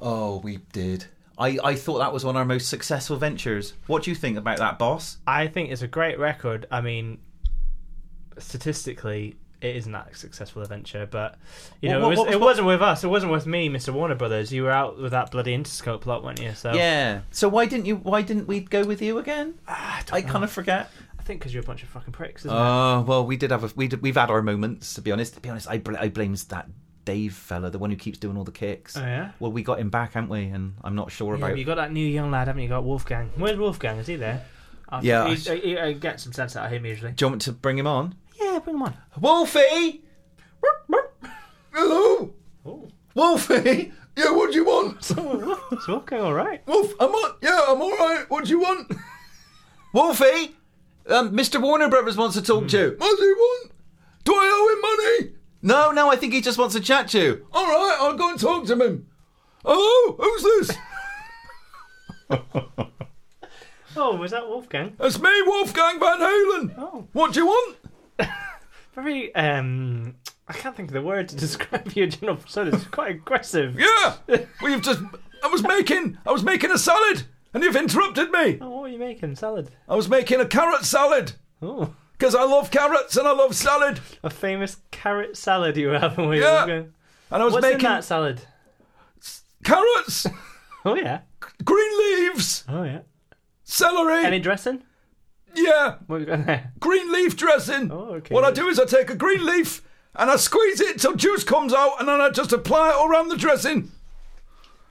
Oh, we did. I, I thought that was one of our most successful ventures. What do you think about that, boss?
I think it's a great record. I mean, statistically, it isn't that successful adventure, but you know,
What- what-
it, was, it
what was-
wasn't with us. It wasn't with me, Mr. Warner Brothers. You were out with that bloody Interscope lot, weren't you? So
Yeah. So why didn't you? Why didn't we go with you again? I,
Ah.
kind of forget.
I think because you're a bunch
Uh,
of fucking pricks, isn't it?
Oh well, we did have a we did, we've had our moments. To be honest, to be honest, I bl- I blames that Dave fella, the one who keeps doing all the kicks.
Oh, yeah?
Well, we got him back, haven't we? And I'm not sure
Yeah,
about.
but you got that new young lad, haven't you? you got Wolfgang. Where's Wolfgang? Is he there? I-
Yeah,
he,
I-
he, I get some sense out of him usually.
Do you want me to bring him on?
Yeah, bring him on. [LAUGHS]
Wolfie! Hello!
Oh,
Wolfie! Yeah, what do you want?
it's Wolfgang, all right.
Wolf, I'm on. Yeah, I'm all right. What do you want? Wolfie, um, Mr. Warner Brothers wants to talk to you. What do you want? Do I owe him money? No, no. I think he just wants to chat to you. All right, I'll go and talk to him. Hello, who's this?
Oh, was that Wolfgang?
It's me, Wolfgang Van Halen.
Oh,
What do you want?
very um, I can't think of the word to [LAUGHS] describe your general persona. It's quite aggressive. [LAUGHS]
Yeah, we've just. I was making. I was making a salad, and you've interrupted me.
Oh, what are you making? Salad.
I was making a carrot salad
Oh,
because I love carrots and I love salad.
a famous carrot salad you were having with
Yeah.
Wolfgang.
And I was
What's in
making
that salad?
carrots,
Oh yeah.
green leaves,
Oh yeah.
celery.
Any dressing?
Yeah,
What have you got there?
green leaf dressing.
Oh, okay.
What I do is I take a green leaf and I squeeze it till juice comes out, and then I just apply it all around the dressing,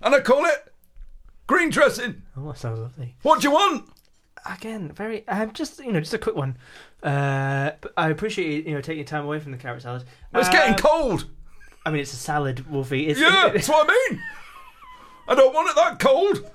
and I call it green dressing.
Oh, that sounds lovely.
What do you want?
Again, very. Um, just you know, just a quick one. Uh, but I appreciate you, you know taking your time away from the carrot salad.
It's
Uh,
getting
[LAUGHS]
cold.
I mean, it's a salad, Wolfie. It's,
Yeah,
it's [LAUGHS]
that's what I mean. I don't want it that cold. [LAUGHS]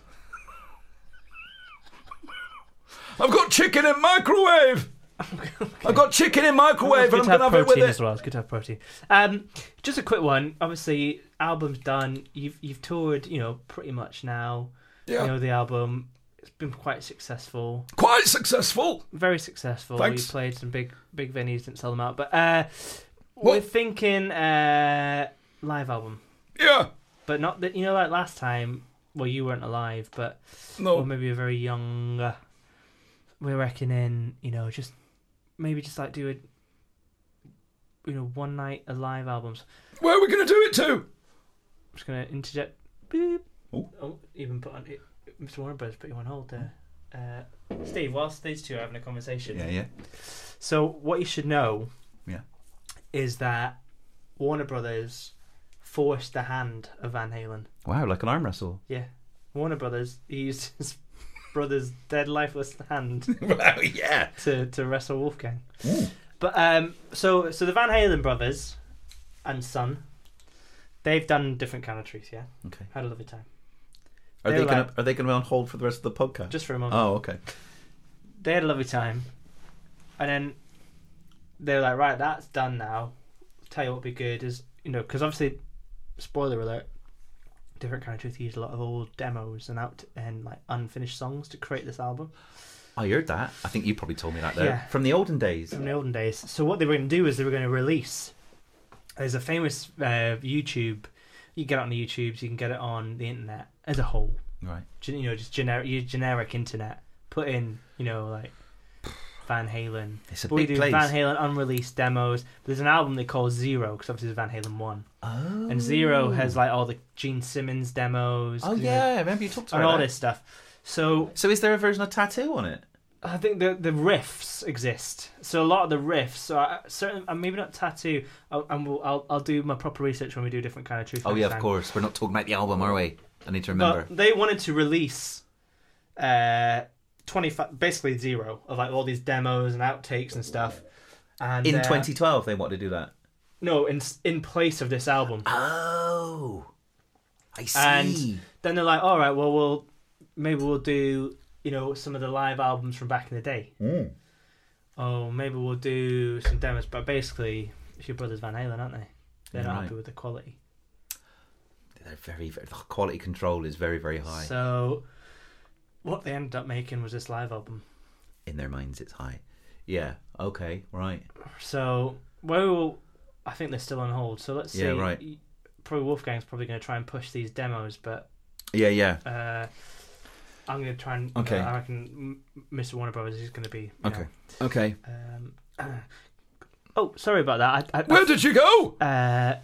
I've got chicken in microwave. I've got chicken in microwave,
good
and
to
I'm gonna
have
have it with
protein
it.
as well. It's good to have protein. Um, just a quick one. Obviously, album's done. You've you've toured, you know, pretty much now.
Yeah,
You know the album. It's been quite successful.
quite successful.
Very successful.
Thanks.
You played some big big venues, didn't sell them out. But uh,
Well-
we're thinking uh, live album.
Yeah,
But not that you know, like last time, well, you weren't alive, but
no.
or maybe a very young. Uh, we're reckoning, you know, just maybe just like do a, you know, one night alive albums.
Where are we gonna do it to?
I'm just gonna interject. Boop.
Oh.
oh, even put on it. Mr. Warren Bros. put you on hold there. Uh, Steve, whilst these two are having a conversation,
yeah.
so what you should know,
Yeah.
is that Warner Brothers forced the hand of Van Halen.
Wow, like an arm wrestle.
Yeah. Warner Brothers he used [LAUGHS] his brother's dead lifeless hand
[LAUGHS] wow, yeah.
to, to wrestle Wolfgang.
Ooh.
But um so so the Van Halen brothers and son, they've done different kind of trees, yeah.
Okay.
Had a lovely time.
Are
They're
they gonna
like-
are they gonna be on hold for the rest of the podcast?
Just for a moment.
oh, okay.
They had a lovely time. And then they were like, right, that's done now. Tell you what would be good is, you know, because obviously, spoiler alert, different kind of truth used a lot of old demos and out and like unfinished songs to create this album.
I heard that. I think you probably told me that though.
Yeah.
From the olden days.
from the olden days. So what they were going to do is they were going to release. There's a famous uh, YouTube. You can get it on the YouTubes. You can get it on the internet as a whole.
Right.
Gen- You know, just generic, your generic internet. Put in, you know, like Van Halen.
It's a
But we do
big place.
Van Halen unreleased demos. There's an album they call Zero because obviously it's Van Halen one,
Oh.
and Zero has like all the Gene Simmons demos.
Oh
'cause, you know,
yeah, I remember you talked
and
about
all
that.
this stuff. So
So is there a version of tattoo on it?
I think the the riffs exist. So a lot of the riffs are certain, and maybe not tattoo. I'll, and we'll, I'll I'll do my proper research when we do different kind of truth.
Oh
next
yeah, of
time.
course. We're not talking about the album, are we? I need to remember.
But they wanted to release, uh, twenty five basically zero of like all these demos and outtakes and stuff. And
In
uh,
2012, they wanted to do that.
no, in in place of this album.
Oh, I
And then they're like, all right, well, we'll maybe we'll do you know some of the live albums from back in the day.
Hmm.
Oh, maybe we'll do some demos. But basically, it's your brother's Van Halen, aren't they? They're
Yeah,
not
right.
happy with the quality.
They're very, very. The quality control is very, very high.
So, what they ended up making was this live album.
In their minds, it's high. Yeah. Okay. Right.
So, well, I think they're still on hold. So let's see.
Yeah, right.
Probably Wolfgang's probably going to try and push these demos, but
Yeah. Yeah.
uh, I'm going to try and. uh,
Okay.
I reckon M- Mr. Warner Brothers is going to be. you
Okay. Okay.
know, um, [COUGHS] oh, sorry about that. I, I, I
Where did you go?
uh,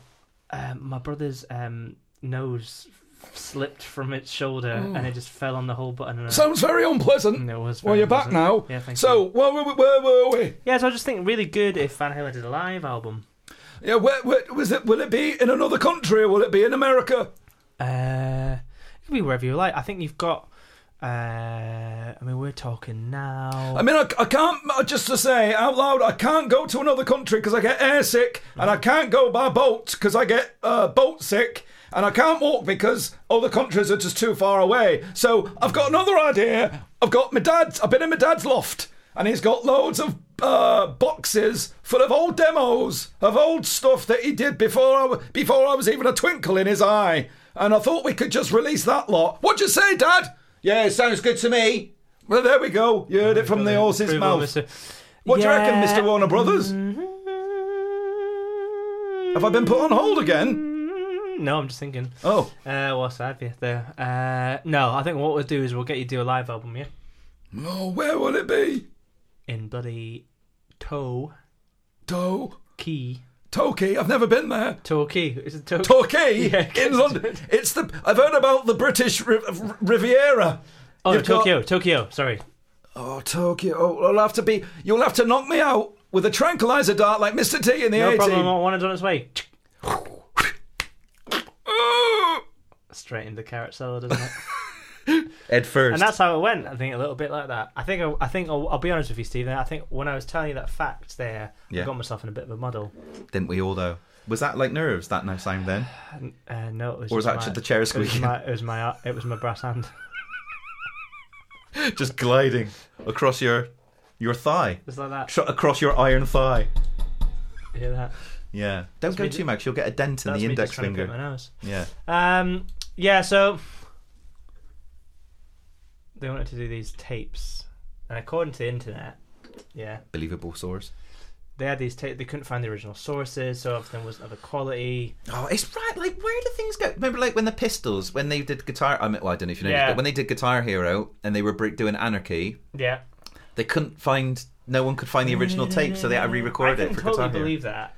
uh, my brother's um, nose slipped from its shoulder and it just fell on the whole button. And, I-
Sounds very unpleasant.
and it was
Mm. Well,
very
you're back
unpleasant.
now.
Yeah, thank
So,
you.
where were we? Where were we?
yeah, so I just think really good if Van Halen did a live album.
Yeah, where, where was it? Will it be in another country or will it be in America?
Uh, it could be wherever you like. I think you've got. Uh, I mean, we're talking now.
I mean, I, I can't I- just to say out loud. I can't go to another country because I get airsick, and I can't go by boat because I get uh, boat sick, and I can't walk because other countries are just too far away. So I've got another idea. I've got my dad's. I've been in my dad's loft, and he's got loads of uh, boxes full of old demos of old stuff that he did before I w- before I was even a twinkle in his eye. And I thought we could just release that lot. What'd you say, Dad?
Yeah, it sounds good to me.
Well, there we go. You heard it from the horse's
Approval,
mouth.
Mr.
What do you reckon,
Yeah. Mm-hmm.
Mr. Warner Brothers? Have I been put on hold again?
Mm, No, I'm just thinking.
Oh,
Uh, what's that be there? Uh, no, I think what we'll do is we'll get you to do a live album, yeah,
oh, where will it be?
in bloody toe
To
key
Torquay. I've never been there.
Torquay. Is it toe?
Torquay
[LAUGHS] Yeah,
in London. It's the. I've heard about the British Ri- R- Riviera.
oh, no,
You've got-
Tokyo, Tokyo. Sorry,
Oh, Tokyo. Oh, I'll have to be. You'll have to knock me out with a tranquilizer dart like Mr. T in the
no
80s.
problem. One is on its way. Straight into carrot salad, isn't
[LAUGHS]
it?
Ed first.
and that's how it went. I think a little bit like that. I think I, I think I'll, I'll be honest with you, Stephen. I think when I was telling you that fact there,
Yeah.
I got myself in a bit of a muddle.
Didn't we all though? Was that like nerves? That no sound then,
Uh, no, it was
or was
just
that
my,
just the chair
it was
squeaking,
my it was my it was my brass hand. [LAUGHS]
[LAUGHS] just gliding across your your thigh,
Just like that.
Tr- across your iron thigh?
You hear that?
Yeah. Don't go
me
too much. You'll get a dent in
That's
the
me
index
just trying to put
finger.
my nose.
Yeah.
Um, yeah, so they wanted to do these tapes, and according to the internet, yeah,
Believable source.
they had these tapes. They couldn't find the original sources, so everything was of a quality.
Oh, it's right. Like, where do things go? Remember, like when the Pistols, when they did Guitar. I mean, well, I don't know if you know, this,
Yeah.
but when they did Guitar Hero and they were br- doing Anarchy,
Yeah,
they couldn't find. No one could find the original tape, so they had to
I
re-record
can
it for
totally
Guitar Hero.
believe that.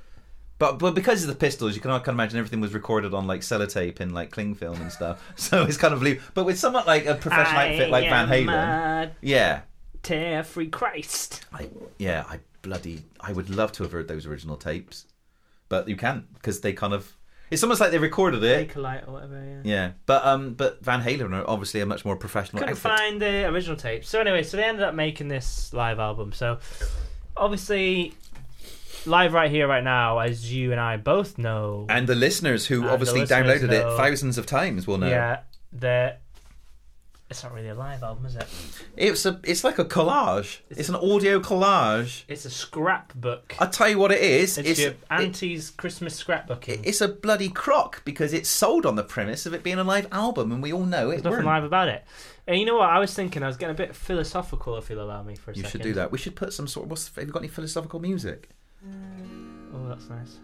But but because of the pistols, you can I can imagine everything was recorded on like sellotape and like cling film and stuff. [LAUGHS] So it's kind of leave. But with somewhat like a professional outfit like Van
I am
Halen,
a
yeah,
tear-free Christ.
I yeah, I bloody I would love to have heard those original tapes, but you can't because they kind of it's almost like they recorded it.
Bakelite or whatever. Yeah.
Yeah, but um, but Van Halen are obviously a much more professional
couldn't
outfit.
find the original tape. So anyway, so they ended up making this live album. So obviously, live right here, right now, as you and I both know,
And the listeners who
And the
obviously
listeners
downloaded
know.
it thousands of times will know.
yeah, that it's not really a live album, is it?
It's a it's like a collage. It's an audio collage.
It's a scrapbook.
I tell you what it is.
It's,
It's,
your
it-
auntie's Christmas scrapbooking.
it's a bloody crock because it's sold on the premise of it being a live album, and we all know
There's
it.
nothing
weren't.
live about it. And you know what? I was thinking I was getting a bit philosophical, if you'll allow me for a
You
second.
should do that. We should put some sort. What's have you got any philosophical music?
Oh, that's nice.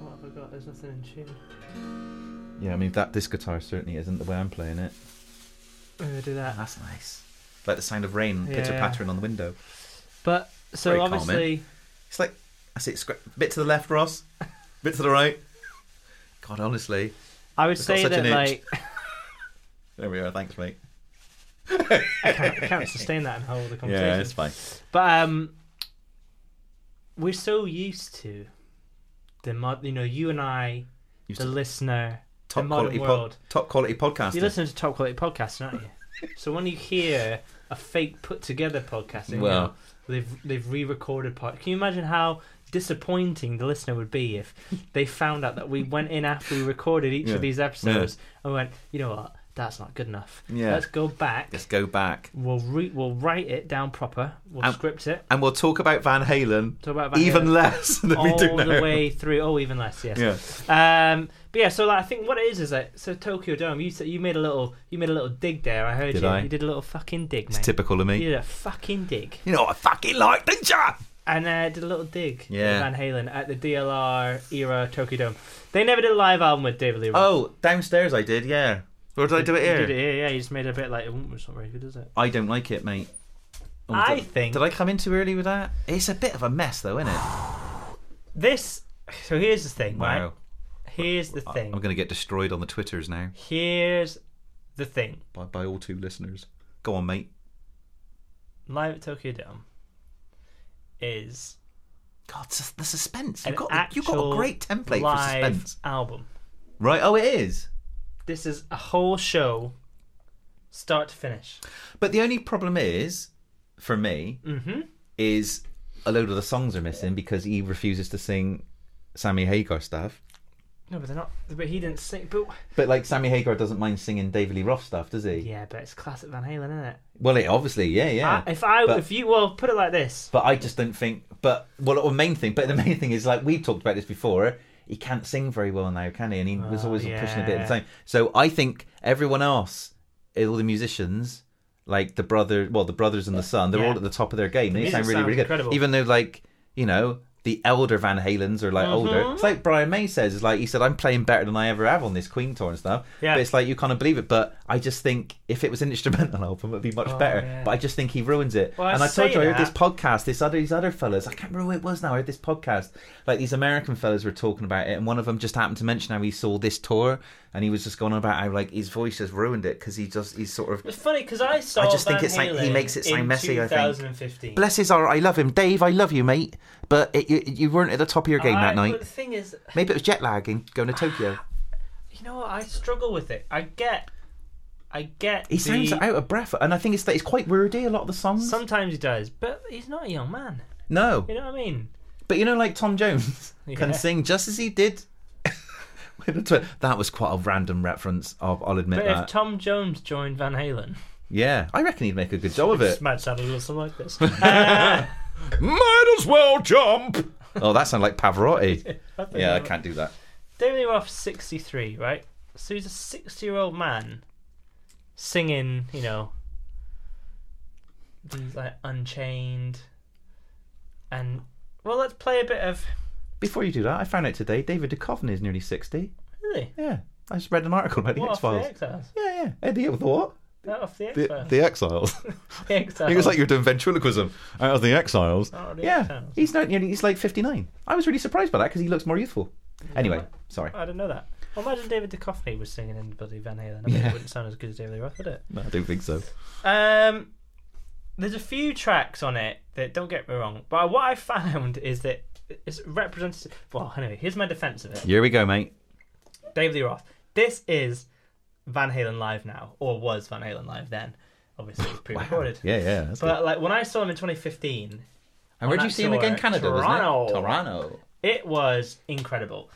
What have I got? There's nothing in tune.
Yeah, I mean that this guitar certainly isn't the way I'm playing it.
I'm gonna do that.
Oh, That's nice. Like the sound of rain
Yeah.
pitter pattering on the window.
But so
Very calming.
obviously.
It's like that's it. Scra- bit to the left,
[LAUGHS]
Ross. Bit to the right. God, honestly,
I would
I've got
say
such
that
an itch.
like
there we are. Thanks, mate.
I can't, I can't sustain that and hold the conversation.
Yeah, it's fine.
But um, we're so used to the mod. You know, you and I,
Used
the
to
listener, the
Top
modern
quality, pod,
world.
top quality podcast.
you listen to top quality podcasts, aren't you? so when you hear a fake put together podcast, and, you
Well.
know, they've they've re-recorded part. Can you imagine how? Disappointing the listener would be if they found out that we went in after we recorded each
Yeah.
of these episodes and went, you know what, that's not good enough.
Yeah.
Let's go back.
Let's go back,
We'll re- we'll write it down proper. We'll
And-
script it.
and we'll talk about Van Halen
Talk about Van
even
Halen
less [LAUGHS] than we
all
do now.
the way through. Oh, even less. Yes.
Yeah.
Um. But yeah. So like, I think what it is is like so Tokyo Dome. You said you made a little you made a little dig there. I heard
Did
you.
I?
You did a little fucking dig,
It's
mate.
typical of
You
me.
did a fucking dig
You know, I fucking like the job.
and uh, did a little dig. at
Yeah.
Van Halen at the DLR era Tokyo Dome. They never did a live album with David Lee. Roth.
Oh, downstairs I did, yeah. Or did I do it
You
here?
did it here. Yeah. You just made a bit like "Ooh, it's not very good, is it?
I don't like it, mate. Oh,
I
did,
think-
Did I come in too early with that? It's a bit of a mess, though, isn't it?
This. So here's the thing, right?
Wow.
Here's the
I'm
thing.
going to get destroyed on the Twitters now
Here's the thing.
by, by all two listeners. Go on, mate.
live at Tokyo Dome is
God, sus- the suspense.
An
You've got, you've got
actual
a great template
live
for suspense.
album.
Right? Oh, it is.
This is a whole show, start to finish.
But the only problem is, for me,
Mm-hmm.
is a load of the songs are missing because he refuses to sing Sammy Hagar stuff.
No, but they're not. But he didn't sing. But
But like Sammy Hagar doesn't mind singing David Lee Roth stuff, does he?
yeah, but it's classic Van Halen, isn't it?
Well, it obviously, yeah, yeah.
I, if I,
But-
if you, well, put it like this.
but I just don't think. But well, the main thing. But the main thing is like we've talked about this before. He can't sing very well now, can he? And he was
Oh,
always pushing a bit
yeah.
at the time. So I think everyone else, all the musicians, like the brother, well, the brothers and the son, they're
Yeah.
all at the top of their game. they
music
sound really,
sounds
really good.
incredible.
Even though, like you know, the elder Van Halens are like
Mm-hmm.
older. It's like Brian May says. It's like he said, "I'm playing better than I ever have on this Queen tour and stuff."
Yeah.
But it's like you kind of believe it. But I just think if it was an instrumental [LAUGHS] album, it'd be much better.
Oh, yeah.
But I just think he ruins it.
Well, I
and I
say
told you, I heard
that-
this podcast, this other these other fellas, I can't remember who it was now. I heard this podcast. Like these American fellas were talking about it, and one of them just happened to mention how he saw this tour, and he was just going on about how like his voice has ruined it because he just he's sort of
It's funny because I saw.
I just
Van
think it's like- he
Halen
makes it sound
in
messy, I think.
2015.
blesses our. I love him, Dave. I love you, mate. But it, you, you weren't at the top of your game
I-
that
But
night.
the thing is,
Maybe it was jet lag and going to Tokyo.
you know what? I struggle with it. I get, I get.
He
the-
sounds out of breath, and I think it's that it's quite wordy. A lot of the songs.
Sometimes he does, but he's not a young man.
no,
You know what I mean?
But you know, like Tom Jones
[LAUGHS]
can
Yeah.
sing just as he did. [LAUGHS] with the twi- that was quite a random reference. I'll, I'll admit
But
that.
if Tom Jones joined Van Halen,
yeah, I reckon he'd make a good job
[LAUGHS]
of it.
this might sound a little something like
[LAUGHS]
this. Uh,
Might as well jump.
oh, that sounded like Pavarotti. yeah, I can't do that.
David Lee Roth's 63, right? So he's a 60 year old man singing, you know, these like Unchained. And, well, let's play a bit of.
Before you do that, I found out today David Duchovny is nearly sixty.
Really?
Yeah, I just read an article about the
What
X
off the
Files.
Exiles?
Yeah, yeah. Eddie, the what?
That off the Exiles. [LAUGHS]
Exiles.
The Exiles.
you're doing ventriloquism out of the Exiles.
Oh, the
Yeah,
Exiles.
he's not. He's like fifty-nine. I was really surprised by that because he looks more youthful. Anyway,
[LAUGHS]
sorry.
I didn't know that. Well, imagine David Duchovny was singing in bloody Van Halen. I mean,
Yeah.
it wouldn't sound as good as David Lee Roth, would it?
No, I don't think so.
Um, there's a few tracks on it that don't get me wrong, but what I found is that it's representative. Well, anyway, here's my defense of it.
Here we go, mate.
David Lee Roth. This is Van Halen live now, or was Van Halen live then? Obviously, it was pre-recorded.
Yeah, yeah. That's good.
But like when I saw him in 2015,
And where do you
that's
see him again?
alright.
Canada, wasn't it?
Toronto.
Toronto.
it was incredible.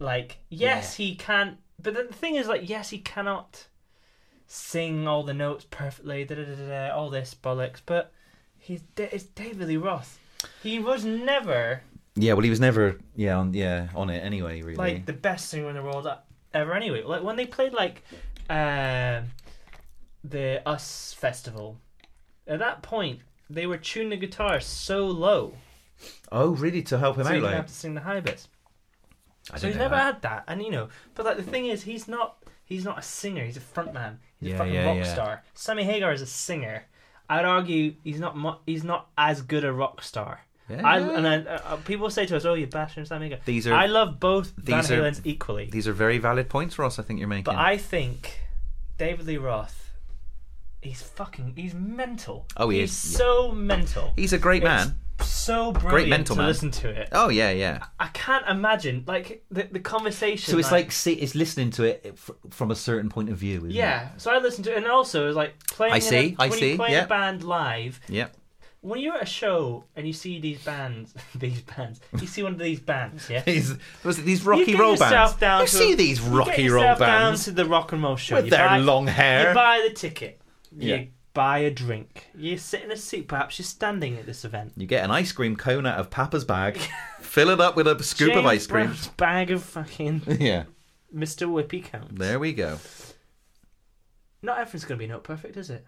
Like, yes, he can, but the thing is, like, yes, he cannot sing all the notes perfectly, da da da da, da, all this bollocks. But he's it's David Lee Roth. He was never
Yeah, well, he was never yeah on yeah on it anyway. Really,
like the best singer in the world ever. Anyway, like when they played like um the Us Festival, at that point they were tuning the guitar so low,
oh really? To help him
so
out,
you
like
didn't have to sing the high bits.
I
So
don't
he's
know
never
that.
had that, and you know, but like the thing is, he's not he's not a singer. He's a frontman. He's
Yeah,
a fucking
yeah,
rock
yeah.
star. Sammy Hagar is a singer. I'd argue he's not mu- he's not as good a rock star.
Yeah.
I and I, uh, people say to us, "Oh, you're bashing Sammy Hagar."
These are-
I love both Van
these are-
Halen's equally,
These are very valid points, Ross. I think you're making.
but I think David Lee Roth, he's fucking he's mental.
Oh, he
he's
is, yeah.
so mental.
He's a great man.
It's so brilliant
mental
to
man.
listen to it.
Oh yeah, yeah.
I can't imagine like the the conversation.
So it's like see, it's listening to it f- from a certain point of view. Isn't It?
Yeah, so I listened to it, and also it was like playing.
I
in a-
see, I
when
see,
You play
yeah.
a band live.
Yeah.
When you're at a show and you see these bands, [LAUGHS] these bands, you see one of these bands, yeah.
[LAUGHS] These was it these rocky
you get
roll
yourself
bands?
Down
you
to
see
a-
these
you
rocky
get
roll
yourself down
bands
to the rock and roll show
with
You
their
buy-
long hair.
You buy the ticket.
Yeah.
You buy a drink. You sit in a seat. Perhaps you're standing at this event.
You get an ice cream cone out of
[LAUGHS]
Papa's bag, fill it up with a scoop of
James
ice cream.
Brown's bag of fucking [LAUGHS]
[LAUGHS] yeah.
Mr. Whippy counts.
There we go.
Not everything's gonna be note perfect, is it?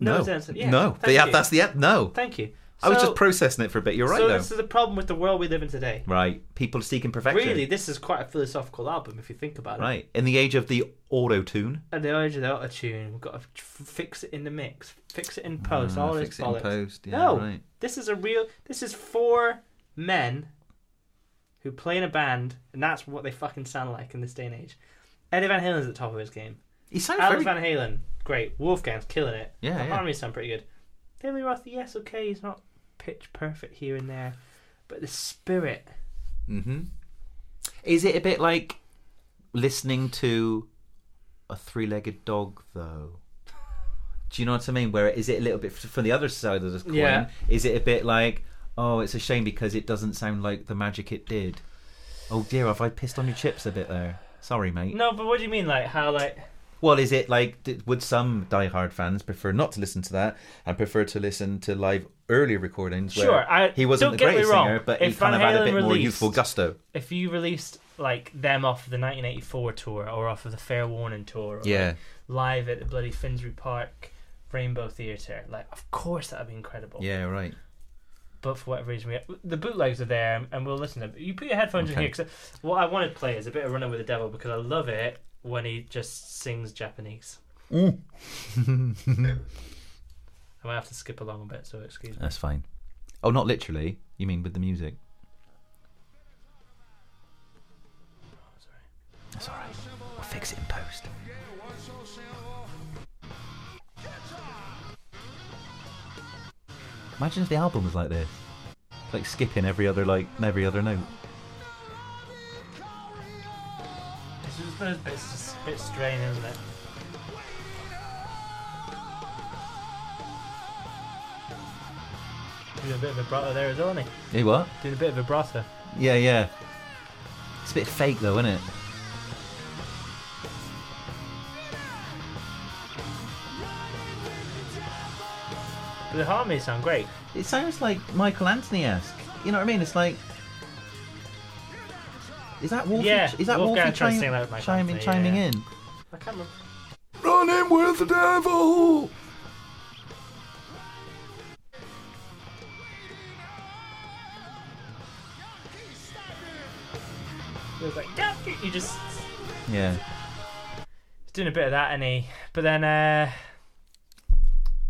No.
is the answer. Yeah,
no.
thank
They have,
you.
that's the end. No.
Thank you.
I was
So-
just processing it for a bit. You're right,
so
though.
this is the problem with the world we live in today.
Right. People seeking perfection.
Really, this is quite a philosophical album if you think about it.
Right. In the age of the auto tune.
And the origin of the tune, we've got to f- fix it in the mix, fix it in post, all this
Mm, fix it in
bollocks.
post. Yeah,
no,
right.
this is a real. This is four men who play in a band, and that's what they fucking sound like in this day and age. Eddie Van Halen's at the top of his game.
He sounds
Alex
very.
Van Halen, great. Wolfgang's killing it.
Yeah,
the
yeah.
harmonies sound pretty good. David Roth, yes, okay, he's not pitch perfect here and there, but the spirit.
Mm-hmm. Is it a bit like listening to a three-legged dog, though? Do you know what I mean? Where is it a little bit from the other side of the coin?
Yeah.
Is it a bit like, oh, it's a shame because it doesn't sound like the magic it did? Oh dear, have I pissed on your chips a bit there? Sorry, mate.
No, but what do you mean? Like how like
Well, is it like d- would some die-hard fans prefer not to listen to that and prefer to listen to live earlier recordings? Where
Sure, I-
he wasn't
don't
the
get me
greatest
wrong.
singer, but he
If Van
kind of had a
Halen
bit more
released-
youthful gusto.
if you released like them off of the 1984 tour or off of the Fair Warning tour, or,
Yeah.
like, live at the bloody Finsbury Park Rainbow Theatre, like of course that'd be incredible.
Yeah, right.
But for whatever reason, we the bootlegs are there, and we'll listen to them. You put your headphones in
Okay.
here because what I want to play is a bit of Running with the Devil because I love it when he just sings Japanese.
Mm.
[LAUGHS] I might have to skip along a bit, so excuse me.
That's fine. Oh, not literally. You mean with the music?
That's alright. We'll fix it in post.
Imagine if the album was like this, like skipping every other like every other note.
It's just those bits, just a bit strain, isn't it? Doing a bit of vibrato there as well, isn't he?
Hey, what?
Doing a bit of vibrato.
Yeah, yeah. It's a bit fake though, isn't it?
But the harmonies sound great.
It sounds like Michael Anthony-esque. You know what I mean? It's like. Is that Wolfie?
Yeah,
is that
Wolfgang trying
Wolfie
to
chime-
sing that with Michael
chiming,
Anthony,
chiming
yeah.
in?
I can't remember.
Running with the devil.
It was like, "Yeah," you just
Yeah.
he's doing a bit of that, and he. But then, uh,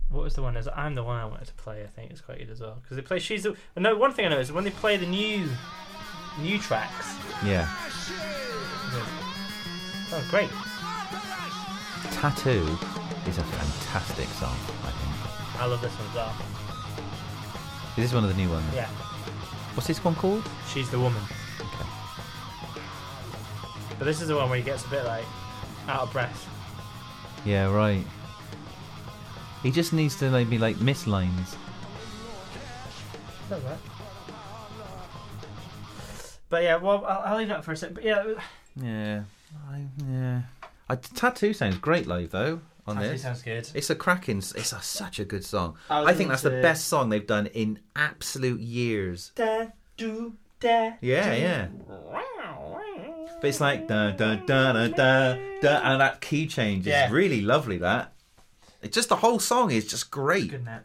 what was the one? Is I'm the one I wanted to play. I think it's quite good as well because they play. She's the. No, one thing I noticed when they play the new, new tracks.
Yeah.
Oh, great.
Tattoo is a fantastic song. I think.
I love this one as well.
Is this one of the new ones?
Yeah,
What's this one called?
she's the woman.
Okay.
But this is the one where he gets a bit like out of breath.
Yeah, right. He just needs to like be like miss lines.
But yeah, well, I'll, I'll leave that for a second. But yeah,
Yeah. I, yeah. I, tattoo sounds great live though. On
actually
this,
sounds good.
it's a cracking. s- It's a, such a good song.
I was
I think that's the
into-
best song they've done in absolute years.
Da, do, da,
Yeah, yeah. But it's like da da da da da da, and that key change is
Yeah.
really lovely. That it's just the whole song is just great.
Good night.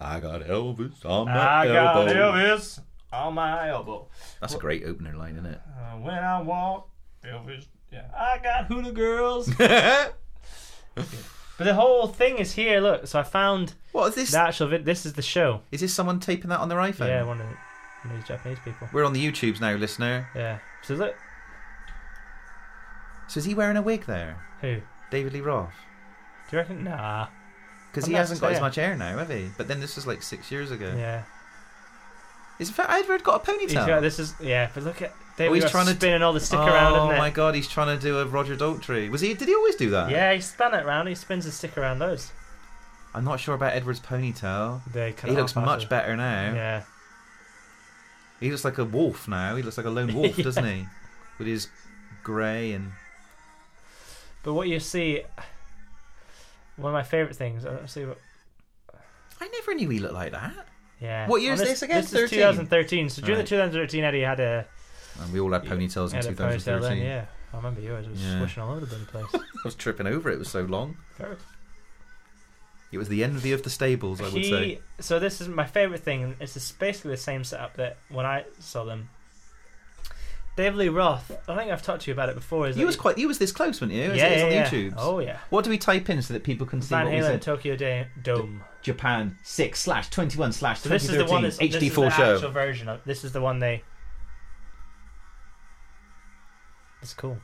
I got Elvis on my
I got
elbow.
Elvis on my elbow.
That's a great opener line, isn't it?
Uh, when I walk, Elvis. Yeah, I got Hooter Girls. [LAUGHS] but the whole thing is here. Look, so I found
What is this?
the actual. Vid- this is the show.
Is this someone taping that on their iPhone?
Yeah, one of, the, one of these Japanese people.
We're on the YouTubes now, listener.
Yeah. So look,
So is he wearing a wig there,
who? Do
David Lee Roth?
you reckon? Nah.
Because
I'm
he
not
hasn't got as
saying.
much hair now, have he? But then this was like six years ago.
Yeah.
Is in fact Edward got a
He's
ponytail?
got, this is yeah. But look at. They
Oh,
were
he's trying to-
spinning all the stick
oh,
around, isn't it?
my god, he's trying to do a Roger Daltrey. Was he? Did he always do that?
Yeah, he spun it round. He spins his stick around those.
I'm not sure about Edward's ponytail.
They cut
He
it
looks
off
much
after-
better now.
Yeah.
He looks like a wolf now. He looks like a lone
[LAUGHS]
wolf,
Yeah.
doesn't he? With his grey and
But what you see, one of my favourite things. I don't see what.
I never knew he looked like that.
Yeah.
What year
Well,
is this again?
This
13?
is 2013. So during
Right.
the 2013, Eddie had a
And we all had ponytails
had
in
a ponytail
2013.
then. Yeah, I remember yours. It was
Yeah.
swishing all over the bloody
[LAUGHS]
place.
I was tripping over it. It was so long.
Very-
It was the envy of the stables, I would
he,
say.
So this is my favorite thing. It's just basically the same setup that when I saw them. David Lee Roth. I think I've talked to you about it before. Is
You
that
was quite. You was this close, weren't you?
Yeah,
Is
yeah,
it is on
yeah.
YouTube.
Oh yeah.
What do we type in so that people can see
Van
what we
Halen
said?
Tokyo da- Dome.
Japan six slash twenty one slash
So this is the one that's this is the
HD4
actual
show.
version of. This is the one they. It's cool.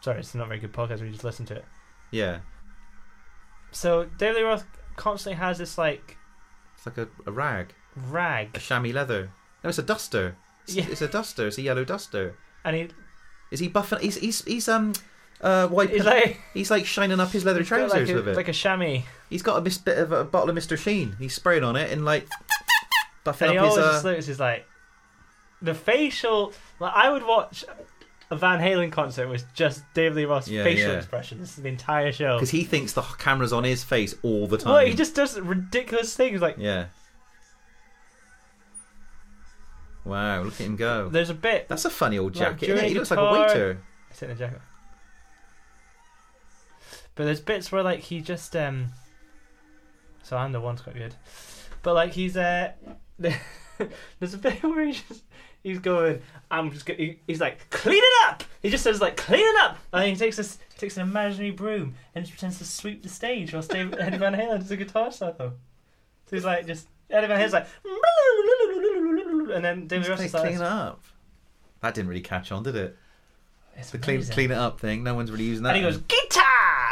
Sorry, it's not a very good podcast. We just listened to it.
Yeah,
So David Lee Roth constantly has this like
It's like a, a rag, a
Rag.
chamois leather. No, it's a duster. It's,
Yeah.
it's a duster. It's a yellow duster.
And he,
Is he buffing? He's he's he's um uh white.
he's
[LAUGHS]
like,
he's like shining up his leather
he's got like,
trousers
a,
with it.
like a chamois.
He's got a mis- bit of a bottle of Mr. Sheen. He's spraying on it and like buffing
And he
up his.
always
Uh,
just looks is like the facial. Like I would watch a Van Halen concert with just David Lee Roth's
Yeah,
facial
yeah.
expressions the entire show.
because he thinks the camera's on his face all the time.
Well, he just does ridiculous things. Like
yeah. Wow, look at him go.
there's a bit.
That's a funny old
Like,
jacket.
during
isn't it? He looks like a
guitar-
waiter.
It's in the jacket. But there's bits where like he just um. So I'm the one's quite good, but like he's uh. [LAUGHS] there's a bit [LAUGHS] where he just he's going. I'm just going he, he's like clean it up. He just says like clean it up, and then he takes this takes an imaginary broom and just pretends to sweep the stage whilst Dave, [LAUGHS] Eddie Van Halen does a guitar solo. So he's like just Eddie Van Halen's like. [LAUGHS] And then David
Just
Russell
say
starts.
clean it up. That didn't really catch on, did it?
It's
The clean
amazing.
clean it up thing. No one's really using that.
And he goes
one.
guitar.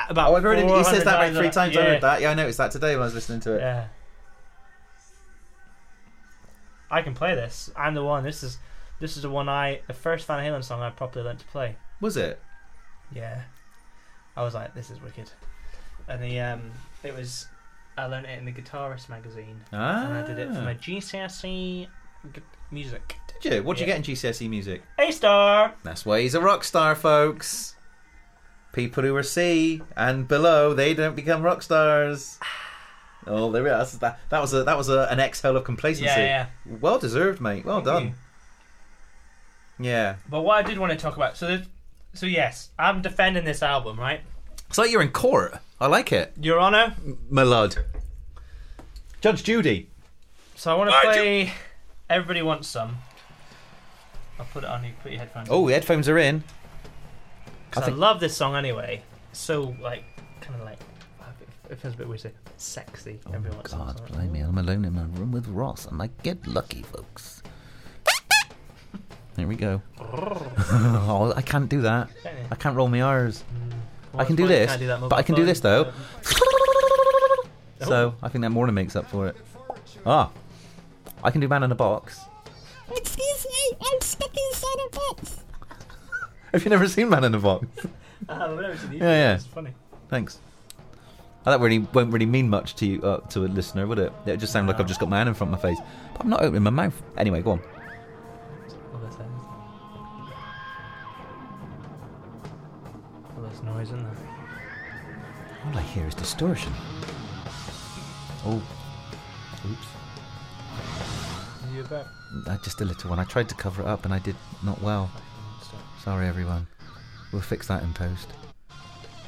About
Oh, I've heard it. He says that
400
like three times.
Yeah.
I heard that. Yeah, I noticed that today when I was listening to it.
Yeah. I can play this. I'm the one. This is this is the one I the first Van Halen song I properly learned to play.
Was it?
Yeah. I was like, this is wicked. And the um it was I learned it in the Guitarist magazine.
Ah,
And I did it for my GCSE E gu- music.
Did you? Ah. What'd you
Yeah.
get in GCSE E music?
A star.
That's why he's a rock star, folks. People who are C and below, they don't become rock stars. [SIGHS] Oh, there we are. That's, that, that was a that was a, an exhale of complacency.
Yeah, yeah.
Well deserved, mate. Well
Thank
done.
you.
Yeah.
But what I did want to talk about, so there's, so yes, I'm defending this album, right?
It's like you're in court. I like it,
Your Honor.
my lord. Judge Judy.
So I want to
Alright,
play. Everybody wants some. I'll put it on. You put your headphones.
Oh,
on.
the headphones are in.
'Cause
I
I,
think-
love this song anyway. It's So like, kind of like, it feels a bit weird. to say Sexy.
Oh
Everyone wants some.
God,
so-
blimey, I'm alone in my room with Ross. I might get lucky, folks.
There we go. [LAUGHS] oh, I can't do that.
Can't you?
I can't roll my R's.
Well,
I can do
why you
this,
can't that
but I can do
mobile
this, though.
phone,
So I think that more than makes up for it. Ah, I can do man in a box.
Excuse me, I'm stuck inside a box.
Have you never seen man in a box?
so- Ah, I've never seen these
Yeah, yeah.
It's funny.
Thanks. Oh, that really won't really mean much to you, uh, to a listener, would it? It would just sound like I've just got man in front of my face, but I'm not opening my mouth. Anyway, go on.
All those sounds. All this noise in there.
All I hear is distortion. Oh, oops!
Are you about?
I uh, just a little one. I tried to cover it up and I did not well. Sorry, everyone. We'll fix that in post.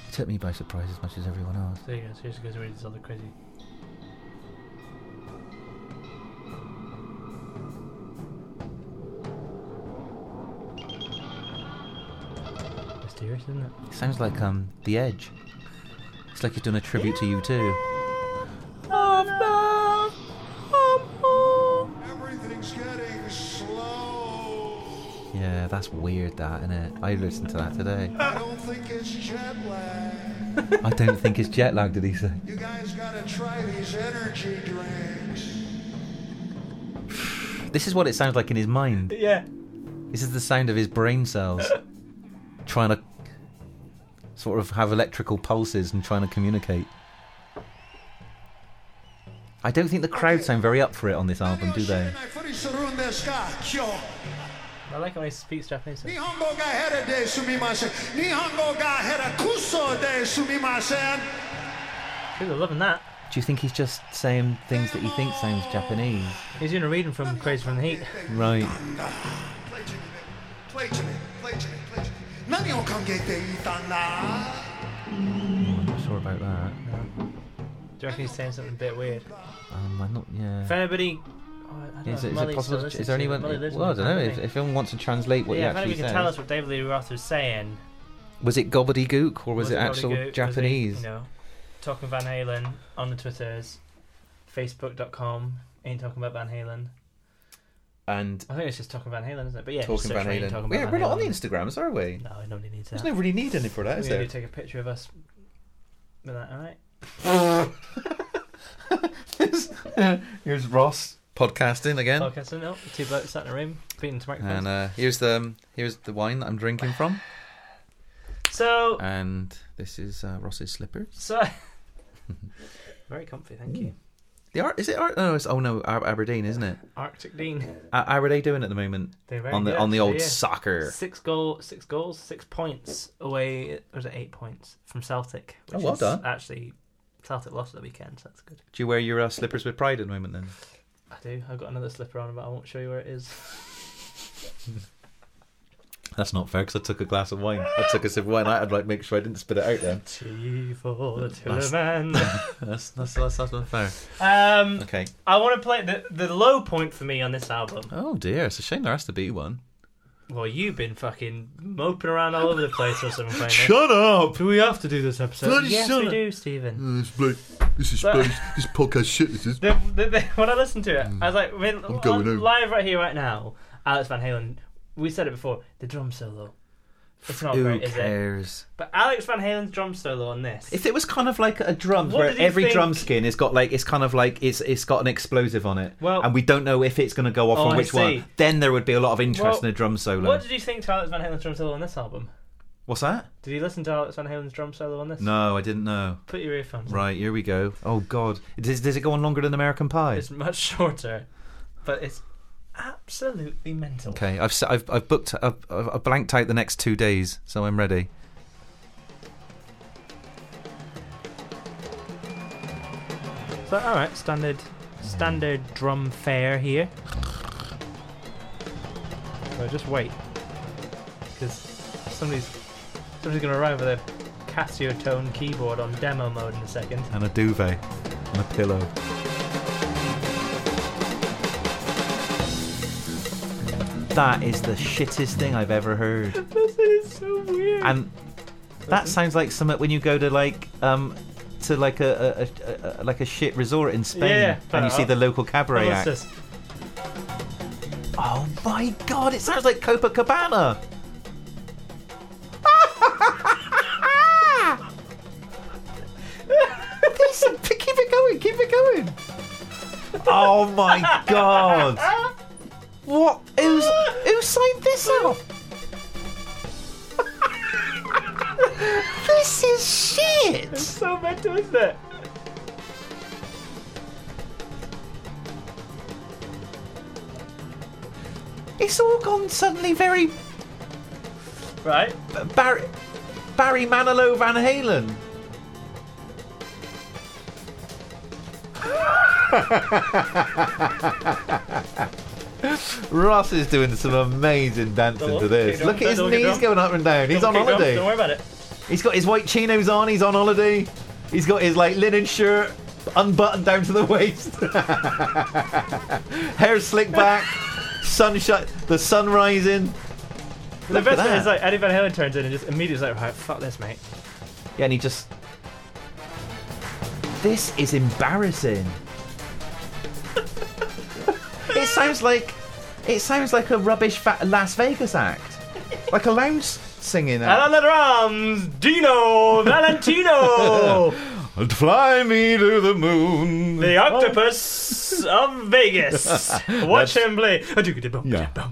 It took me by surprise as much as everyone else.
There you go. Seriously, goes really this other crazy. Mysterious, isn't it?
Sounds like um The Edge. It's like he's doing a tribute to you too.
Everything's getting slow.
Yeah, that's weird, that isn't it? I listened to that today.
I don't think it's jet lag.
I don't think it's jet lag. Did he say?
You guys gotta try these energy drinks.
This is what it sounds like in his mind.
Yeah.
This is the sound of his brain
[LAUGHS]
cells trying to sort of have electrical pulses and trying to communicate. I don't think the crowd sound very up for it on this album, do they?
I like how he speaks Japanese. so-
Nihongo ga hera de sumimasen. Nihongo ga hera kuso de sumimasen.
People are loving that.
Do you think he's just saying things that he thinks sounds Japanese?
He's doing a reading from Crazy from the Heat.
Right.
Play to me, play to me, play to me, play to me. 何を考えていたんだ
Hmm, I'm not sure about that.
Do you reckon he's saying something a bit weird?
Um, I'm not.
If
Yeah.
anybody. Oh, I don't
Is,
know, if
it, is it
Molly still
possible?
listens
Is there
to it.
anyone?
Molly listens
Well, I
to
don't
it,
know.
doesn't
If,
she?
if anyone wants to translate what
yeah,
he
if
actually
anybody can
says,
tell us what David Lee Roth is saying.
was it gobbledygook or was, it,
probably
actual
good, 'cause they,
Japanese?
you know, talking Van Halen on the Twitters, Facebook.com, ain't talking about Van Halen.
And
I think it's just talking Van Halen, isn't it? But yeah, just
talking
search
about
for Ain't
Halen.
Talking
yeah,
About
we're
Van
not on the
Halen.
Instagrams, are we?
No, nobody needs that.
There's no really need any for that,
we
is
need to
there?
take a picture of us with that, alright?
[LAUGHS] Here's Ross podcasting again,
Podcasting out. oh, Two blokes sat in a room, beating to microphones.
and uh, here's the um, here's the wine that I'm drinking from,
so,
and this is uh, Ross's slippers. [LAUGHS]
so. [LAUGHS] Very comfy, thank you.
The art is it art? No, it's oh no, Ab- Aberdeen, isn't it?
Arctic Dean.
[LAUGHS] Uh, how are they doing at the moment
They're very
on the
good,
on the old
yeah.
soccer?
Six goal, six goals, six points away. Or was it eight points from Celtic? Which
Oh, well
is
done.
Actually, Celtic lost at the weekend, so that's good.
Do you wear your uh, slippers with pride at the moment then?
I do. I've got another slipper on, but I won't show you where it is.
That's not fair because I took a glass of wine. I took a sip of wine. I'd like make sure I didn't spit it out then.
Tea for the
Last-
Tillerman.
That's that's that's, that's not fair.
[LAUGHS] um,
Okay.
I want to play the the low point for me on this album.
Oh dear, it's a shame there has to be one.
Well, you've been fucking moping around all over the place or something. Playing it.
Shut up!
Do we have to do this episode?
Bloody
yes,
shut
we
up.
do, Stephen.
This, bloke, this is
But-
space. This podcast shit. This is.
The, the, [LAUGHS] the, when I listened to it, I was like, when, I'm
going home.
live right here, right now. Alex Van Halen. We said it before. The drum solo. It's not
Who
great, is it?
cares?
But Alex Van Halen's drum solo on this.
If it was kind of like a drum
What
where
did you
every
think-
drum skin has got like it's kind of like it's it's got an explosive on it,
Well-
and we don't know if it's going to go off
Oh,
on
I
which
see.
one, then there would be a lot of interest
Well,
in a drum solo.
what did you think to Alex Van Halen's drum solo on this album?
What's that?
Did you listen to Alex Van Halen's drum solo on this?
No, I didn't know.
Put your earphones. in.
Right, here we go. Oh God, does, does it go on longer than American Pie?
It's much [LAUGHS] shorter, but it's absolutely mental.
Okay, I've s- I've I've booked I've, I've I've blanked out the next two days, so I'm ready.
So all right, standard, standard drum fare here. So just wait, because somebody's somebody's gonna arrive with a Casio tone keyboard on demo mode in a second. [LAUGHS]
And a duvet, and a pillow. That is the shittest thing I've ever heard.
This is so weird.
and that sounds like something when you go to like um to like a, a, a, a like a shit resort in Spain
Yeah,
and you see the local
What
cabaret
was
act.
this?
Oh my god, it sounds like Copacabana. Listen, p- keep it going, keep it going. Oh my god. What? Who's, who signed this up? this is
It's
shit.
so mental, isn't it?
It's all gone suddenly very
Right.
B- Barry Barry Manilow Van Halen. [LAUGHS] Ross is doing some amazing dancing
Don't
to
look,
this.
don't-
Look at his
don't look at
knees
Ross.
going up and down. He's on
Keep going,
holiday.
Don't worry about it.
He's got his white chinos on. He's on holiday. He's got his like linen shirt unbuttoned down to the waist. [LAUGHS] Hair slicked back. Sunshine. The sun rising.
The
Look
best bit
at that.
is like Eddie Van Halen turns in and just immediately is like, right, fuck this, mate.
Yeah, and he just. This
[LAUGHS]
is embarrassing. it sounds like, it sounds like a rubbish fa- Las Vegas act, like a lounge singing
And
act.
on the drums, Dino
[LAUGHS]
Valentino,
And fly me to the moon.
the octopus of
[LAUGHS]
Vegas. Watch him Oh, play.
Yeah.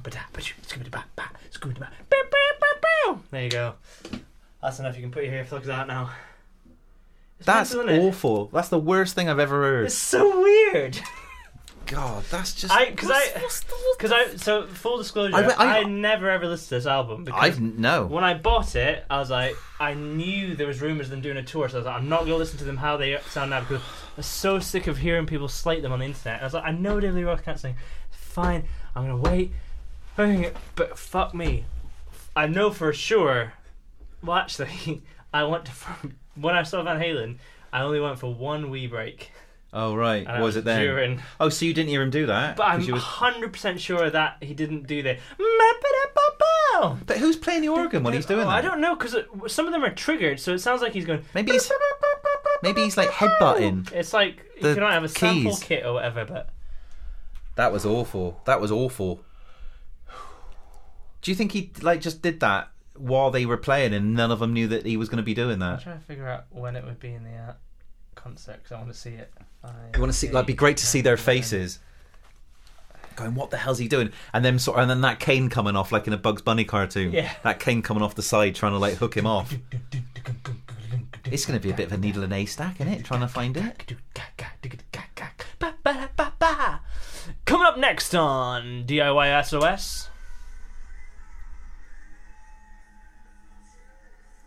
There you go. That's enough. You can put your earplugs out now. It's
Oh, That's
mental, isn't it?
awful. That's the worst thing I've ever heard.
It's so weird.
God, that's just.
I because I because I so full disclosure,
I
I,
went- I-
never ever listened to this album because
I've no.
When I bought it, I was like, I knew there was rumors of them doing a tour, so I was like, I'm not gonna listen to them how they sound now because I'm so sick of hearing people slate them on the internet. And I was like, I know David Lee Roth can't sing. Fine, I'm gonna wait. Fucking- But fuck me, I know for sure. Well, actually, [LAUGHS] I went to when I saw Van Halen, I only went for one wee break.
Oh right,
And that
was it then?
During,
Oh, so you didn't hear him do that?
but I'm
'Cause you was-
100% sure that he didn't do the. "Ma-ba-da-ba-bow."
But who's playing the organ when he's doing
Oh,
that?
I don't know because some of them are triggered, so it sounds like he's going.
Maybe he's maybe he's like headbutting.
It's like
The
you cannot have a sample
keys.
kit or whatever, but
That was awful. That was awful. Do you think he like just did that while they were playing and none of them knew that he was going to be doing
I'm
that?
trying to figure out when it would be in the uh, concert because I want to see it. I
You want to see? Like, it'd be great to see their faces. Going, what the hell's he doing? And then sort, and then that cane coming off like in a Bugs Bunny cartoon.
Yeah.
That cane coming off the side, trying to like hook him off. It's going to be a bit of a needle and a stack, isn't it? Trying to find it.
Coming up next on DIY SOS.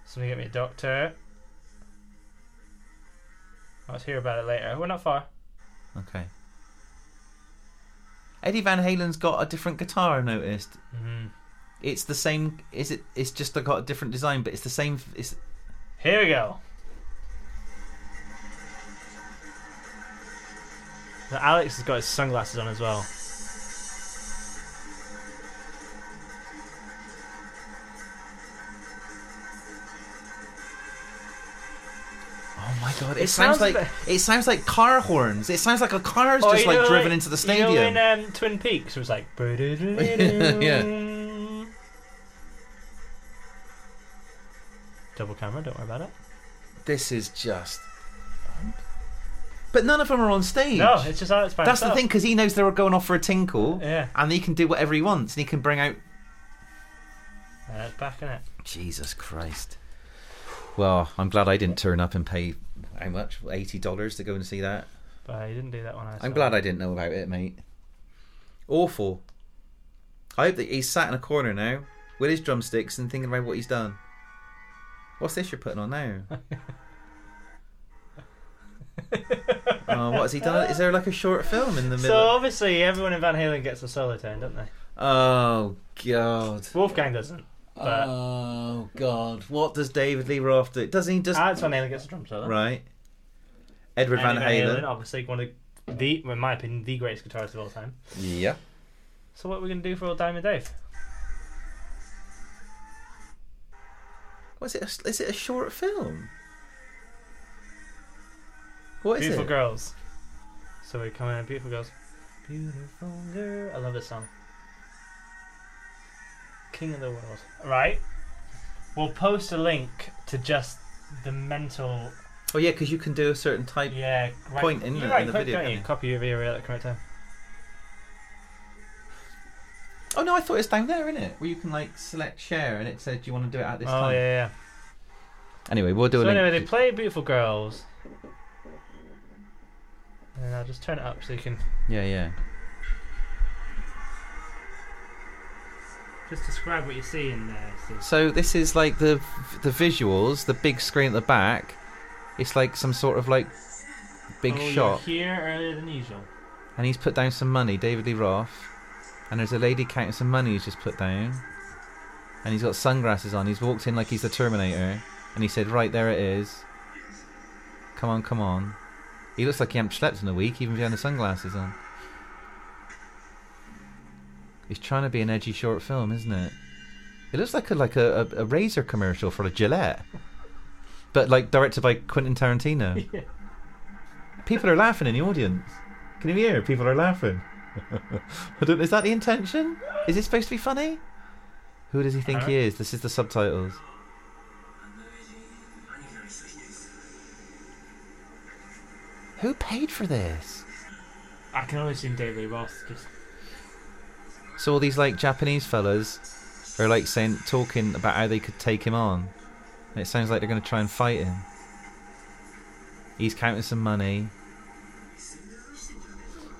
Somebody get me a doctor. Let's hear about it later. We're not far.
Okay. Eddie Van Halen's got a different guitar. I've noticed.
Mm-hmm.
It's the same. Is it? It's just got a different design, but it's the same. It's
Here we go. Now, Alex has got his sunglasses on as well.
Oh my god! It,
sounds
sounds,
a
like
bit-
it sounds like car horns. It sounds like a car's
Oh,
just
you
like
know,
driven into the stadium.
You know, in um, Twin Peaks, it was
[LAUGHS]
like. yeah. [LAUGHS] Double camera, don't worry about it.
This is just. But none of them are on stage.
No, it's just Alex by
That's the
himself.
thing because he knows they're going off for a tinkle.
Yeah.
And he can do whatever he wants, and he can bring out.
Yeah, uh, it's back in it.
Jesus Christ. Well, I'm glad I didn't turn up and pay how much eighty dollars to go and see that.
But I didn't do that one. I
I'm glad I didn't know about it, mate. Awful. I hope that he's sat in a corner now with his drumsticks and thinking about what he's done. What's this you're putting
[LAUGHS]
on now? oh, what has he done? Is there like a short film in the
So
middle?
obviously, everyone in Van Halen gets a solo turn, don't they?
oh god.
Wolfgang doesn't. But
Oh god. What does David Lee Roth do? Doesn't he just
Alex Van Halen gets a drum solo.
right? Edward
Eddie
Van Halen.
obviously one of the, the, well, in my opinion, the greatest guitarist of all time.
Yeah.
So what are we gonna do for old Diamond Dave?
Was it? A, is it a short film? What is
beautiful
it?
girls. So we're coming in, beautiful girls. Beautiful girl. I love this song. King of the world. Right. We'll post a link to just the mental.
Oh yeah, because you can do a certain type.
Yeah. Right.
Point in
You're
the-
right,
in the
click,
video,
Don't you?
can't you?
Copy your video at the correct time.
Oh no, I thought it's down there, isn't it? Where you can like select share, and it said you want to do it at this
Oh yeah,
time.
yeah.
Anyway, we'll do a
So
link.
anyway, they play beautiful girls. And I'll just turn it up so you can
Yeah, yeah.
just describe what you see in there. Steve.
So this is like the the visuals, the big screen at the back. It's like some sort of like big
oh,
shot,
You're here earlier than usual.
and he's put down some money, David Lee Roth, and there's a lady counting some money he's just put down, and he's got sunglasses on. He's walked in like he's the Terminator, and he said, "Right there it is. Come on, come on." He looks like he hasn't slept in a week, even if he had the sunglasses on. He's trying to be an edgy short film, isn't it? It looks like a like a, a, a razor commercial for a Gillette, but like directed by Quentin Tarantino.
Yeah.
People are laughing in the audience. Can you hear? People are laughing. [LAUGHS] I don't, is that the intention? Is it supposed to be funny? Who does he think he is? This is the subtitles. Who paid for this?
I can always see David Lee Roth just
So all these like Japanese fellas are like saying talking about how they could take him on. And it sounds like they're gonna try and fight him. He's counting some money.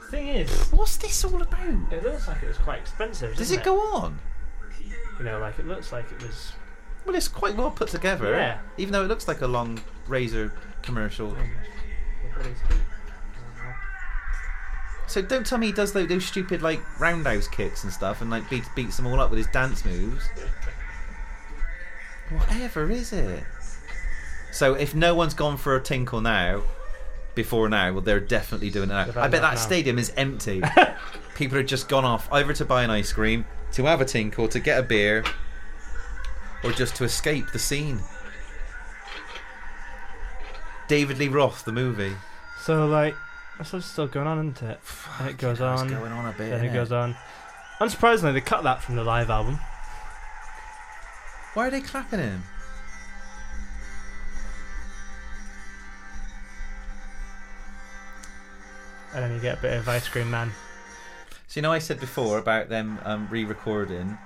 Thing is,
What's this all about?
it looks like it was quite expensive.
Does
doesn't
it go on?
You know, like it looks like it was.
Well it's quite well put together.
Yeah.
Even though it looks like a long razor commercial. So don't tell me he does those, those stupid like roundhouse kicks and stuff and like beat, beats them all up with his dance moves. Whatever is it? So if no one's gone for a tinkle now, before now, well they're definitely doing it now.
They've
I
had
bet
enough
that
now.
stadium is
[LAUGHS]
empty. People have just gone off either to buy an ice cream, to have a tinkle, to get a beer, or just to escape the scene. David Lee Roth, the movie.
So like, that's what's still going on, isn't it? And it goes
It's
on,
going on a bit.
then it
innit?
goes on. Unsurprisingly, they cut that from the live album.
Why are they clapping him?
and then you get a bit of Ice Cream Man.
So you know, I said before about them um, re-recording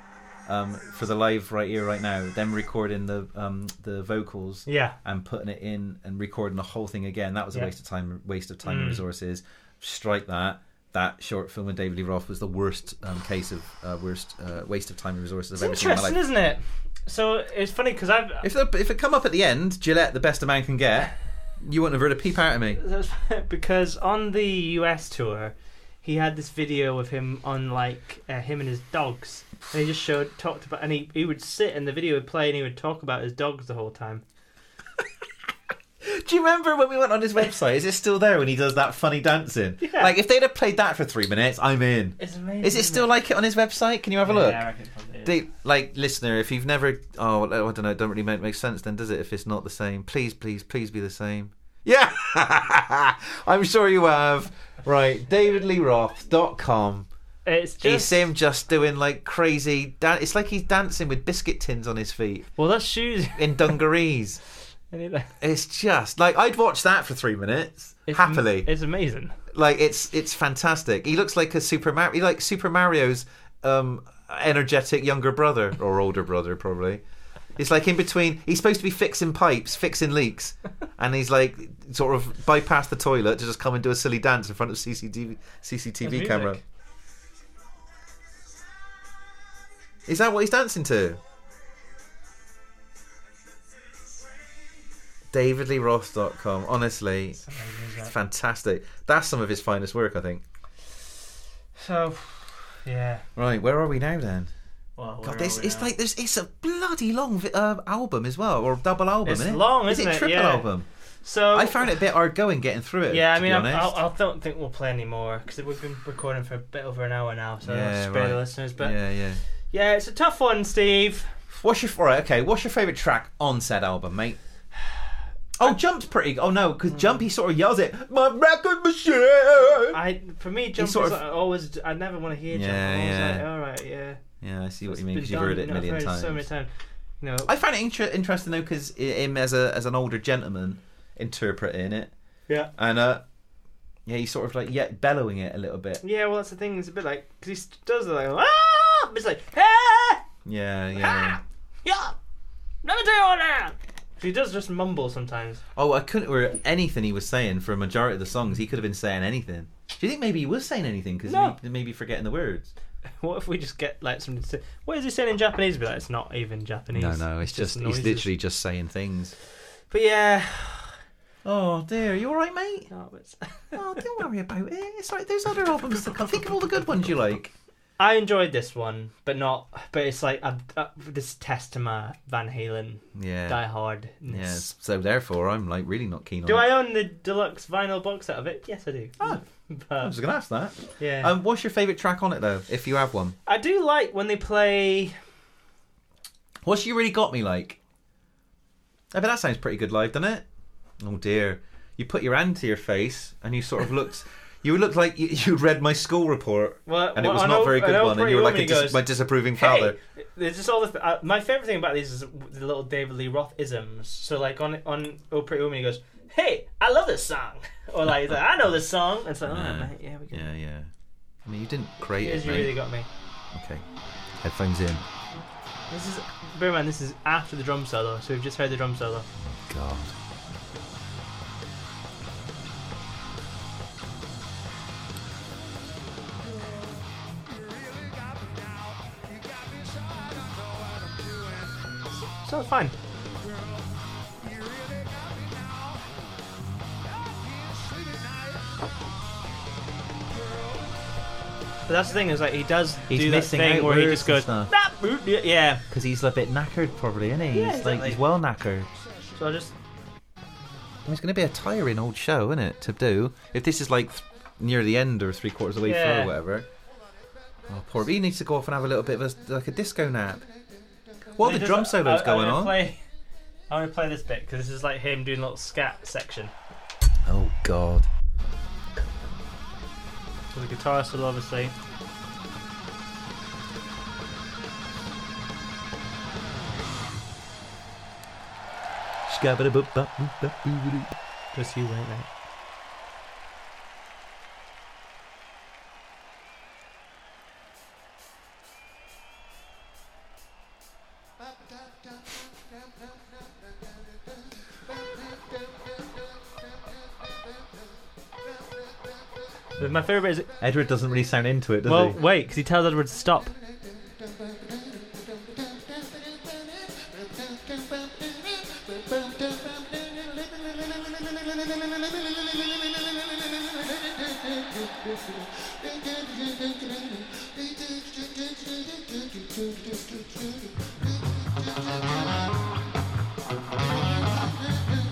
um, for the live right here, right now. Them recording the um, the vocals
Yeah,
and putting it in and recording the whole thing again. That was a
Yeah.
waste of time, waste of time and
Mm.
resources. Strike that. That short film with David Lee Roth was the worst um, case of uh, worst uh, waste of time and resources
it's
I've ever seen in my
interesting,
life.
isn't it? So it's funny because I've [LAUGHS]
If the, if it come up at the end, Gillette, the best a man can get, you wouldn't have heard a peep out of me.
That was because on the US tour, he had this video of him on like uh, him and his dogs, and he just showed talked about, and he he would sit and the video would play, and he would talk about his dogs the whole time.
Do you remember when we went on his website? Is it still there when he does that funny dancing?
Yeah.
Like if they'd have played that for three minutes, I'm in.
It's amazing.
Is it still like it on his website? Can you have a look?
Yeah, I reckon it probably is.
They, like listener, if you've never, oh, I don't know, it don't really make, make sense then, does it? If it's not the same, please, please, please be the same. Yeah, [LAUGHS] I'm sure you have. Right, DavidLeeRoth.com.
It's
It's
just
him just doing like crazy. Dan- it's like he's dancing with biscuit tins on his feet
well, that's shoes. [LAUGHS]
in dungarees.
Happily,
it's just like I'd watch that for three minutes happily.
it's amazing.
like it's it's fantastic. He looks like a Super Mario, he like Super Mario's um, energetic younger brother or older brother probably. It's like in between. He's supposed to be fixing pipes, fixing [LAUGHS] leaks, and he's like sort of bypass the toilet to just come and do a silly dance in front of CCTV CCTV
music.
camera. Is that what he's dancing to? DavidLeeRoth.com. Honestly, it's fantastic. That's some of his finest work, I think.
So, yeah.
Right, where are we now then?
Well, where
God,
are
this
we
it's
now?
like there's it's a bloody long vi- um album as well, or double album.
It's
isn't it?
long,
is
isn't
it? Oh.
it?
Triple
Yeah.
album.
so.
I found it a bit hard going getting through it.
Yeah, I
to
mean,
be
I,
honest.
I, I don't think we'll play anymore because we've been recording for a bit over an hour now, so
Yeah,
I'll spare the
right.
listeners. But
yeah, yeah.
yeah, it's a tough one, Steve.
What's your all right? Okay, what's your favorite track on said album, [SIGHS] mate? Oh, jump's pretty. Oh no, because jump he sort of yells it. My record machine.
I for me, jump
sort
is
of-
like, always. I never want to hear jump.
Yeah,
I was
yeah.
Like, All right, yeah.
yeah, I see what
It's
you mean
been
because you've
done,
heard it
you
a
know, I've
million
heard it
times.
So many times. You know,
I found it inter- interesting though because him as a as an older gentleman interpreting it,
yeah.
and uh, yeah, he's sort of like yeah bellowing it a little bit.
Yeah, well, that's the thing. It's a bit like because he does it like ah, but it's like ah,
Yeah, yeah.
yeah. Let me tell you what now. He does just mumble sometimes. [LAUGHS]
Oh, I couldn't hear anything he was saying for a majority of the songs. He could have been saying anything. Do you think maybe he was saying anything because
No.
he may- maybe forgetting the words?
What if we just get like somebody to say, what is he saying in Japanese? Be like, it's not even Japanese. noises."
just saying things.
But yeah,
Oh dear, you all right, mate?
no, it's... [LAUGHS]
Oh, don't worry about it. It's like there's other albums to come. Think of all the good ones you like.
I enjoyed this one, but not. But it's like i uh, this test to my Van Halen
Yeah.
Die Hard.
So therefore, I'm like really not keen on.
Do
it.
I own the deluxe vinyl box out of it? Yes, I do.
Oh. I
[LAUGHS] But,
was gonna ask that.
yeah,
Um, what's your favourite track on it though, if you have one?
I do like when they play.
What's you really got me like? I bet that sounds pretty good live, doesn't it? Oh dear, you put your hand to your face and you sort of looked. You looked like you, you'd read my school report,
Well,
and it
well,
was
an
not
old-
very
an
good
old
one. And
pretty
you were like
woman
a dis-
goes,
my disapproving
Hey,
father.
there's just all the. Th- uh, my favorite thing about these is the little David Lee Roth isms. So like on on Oh Pretty Woman, he goes, "Hey, I love this song," [LAUGHS] or like, he's like "I know this song." And it's like, "All right,
Yeah.
mate, yeah, we can."
Uh, Yeah, yeah. I mean, you didn't create
Yes,
it,
you
mate.
really got me.
Okay, headphones in.
This is, bear in mind, this is after the drum solo, so we've just heard the drum solo.
God.
So it's fine. But that's the thing is like he does
He's
do that
missing
thing
out
where he
words
just goes,
and stuff.
"Nah, boop," yeah, yeah.
Because he's a bit knackered, probably, isn't he?
Yeah, He's, like, exactly. he's
well knackered.
So I just
It's going to be a tiring old show, isn't it, to do? If this is like th- near the end or three quarters of the way through
Yeah.
or whatever. Oh, poor. He needs to go off and have a little bit of a, like a disco nap. While
They
the
just-
drum solo's
I-
going
I wanna
on.
Play, [LAUGHS] I want to play this bit because this is like him doing a little scat section.
Oh, God.
So the guitar solo, obviously.
Just you wait, mate.
My favorite is
Edward doesn't really sound into it, does
well,
he?
wait, because he tells Edward to stop.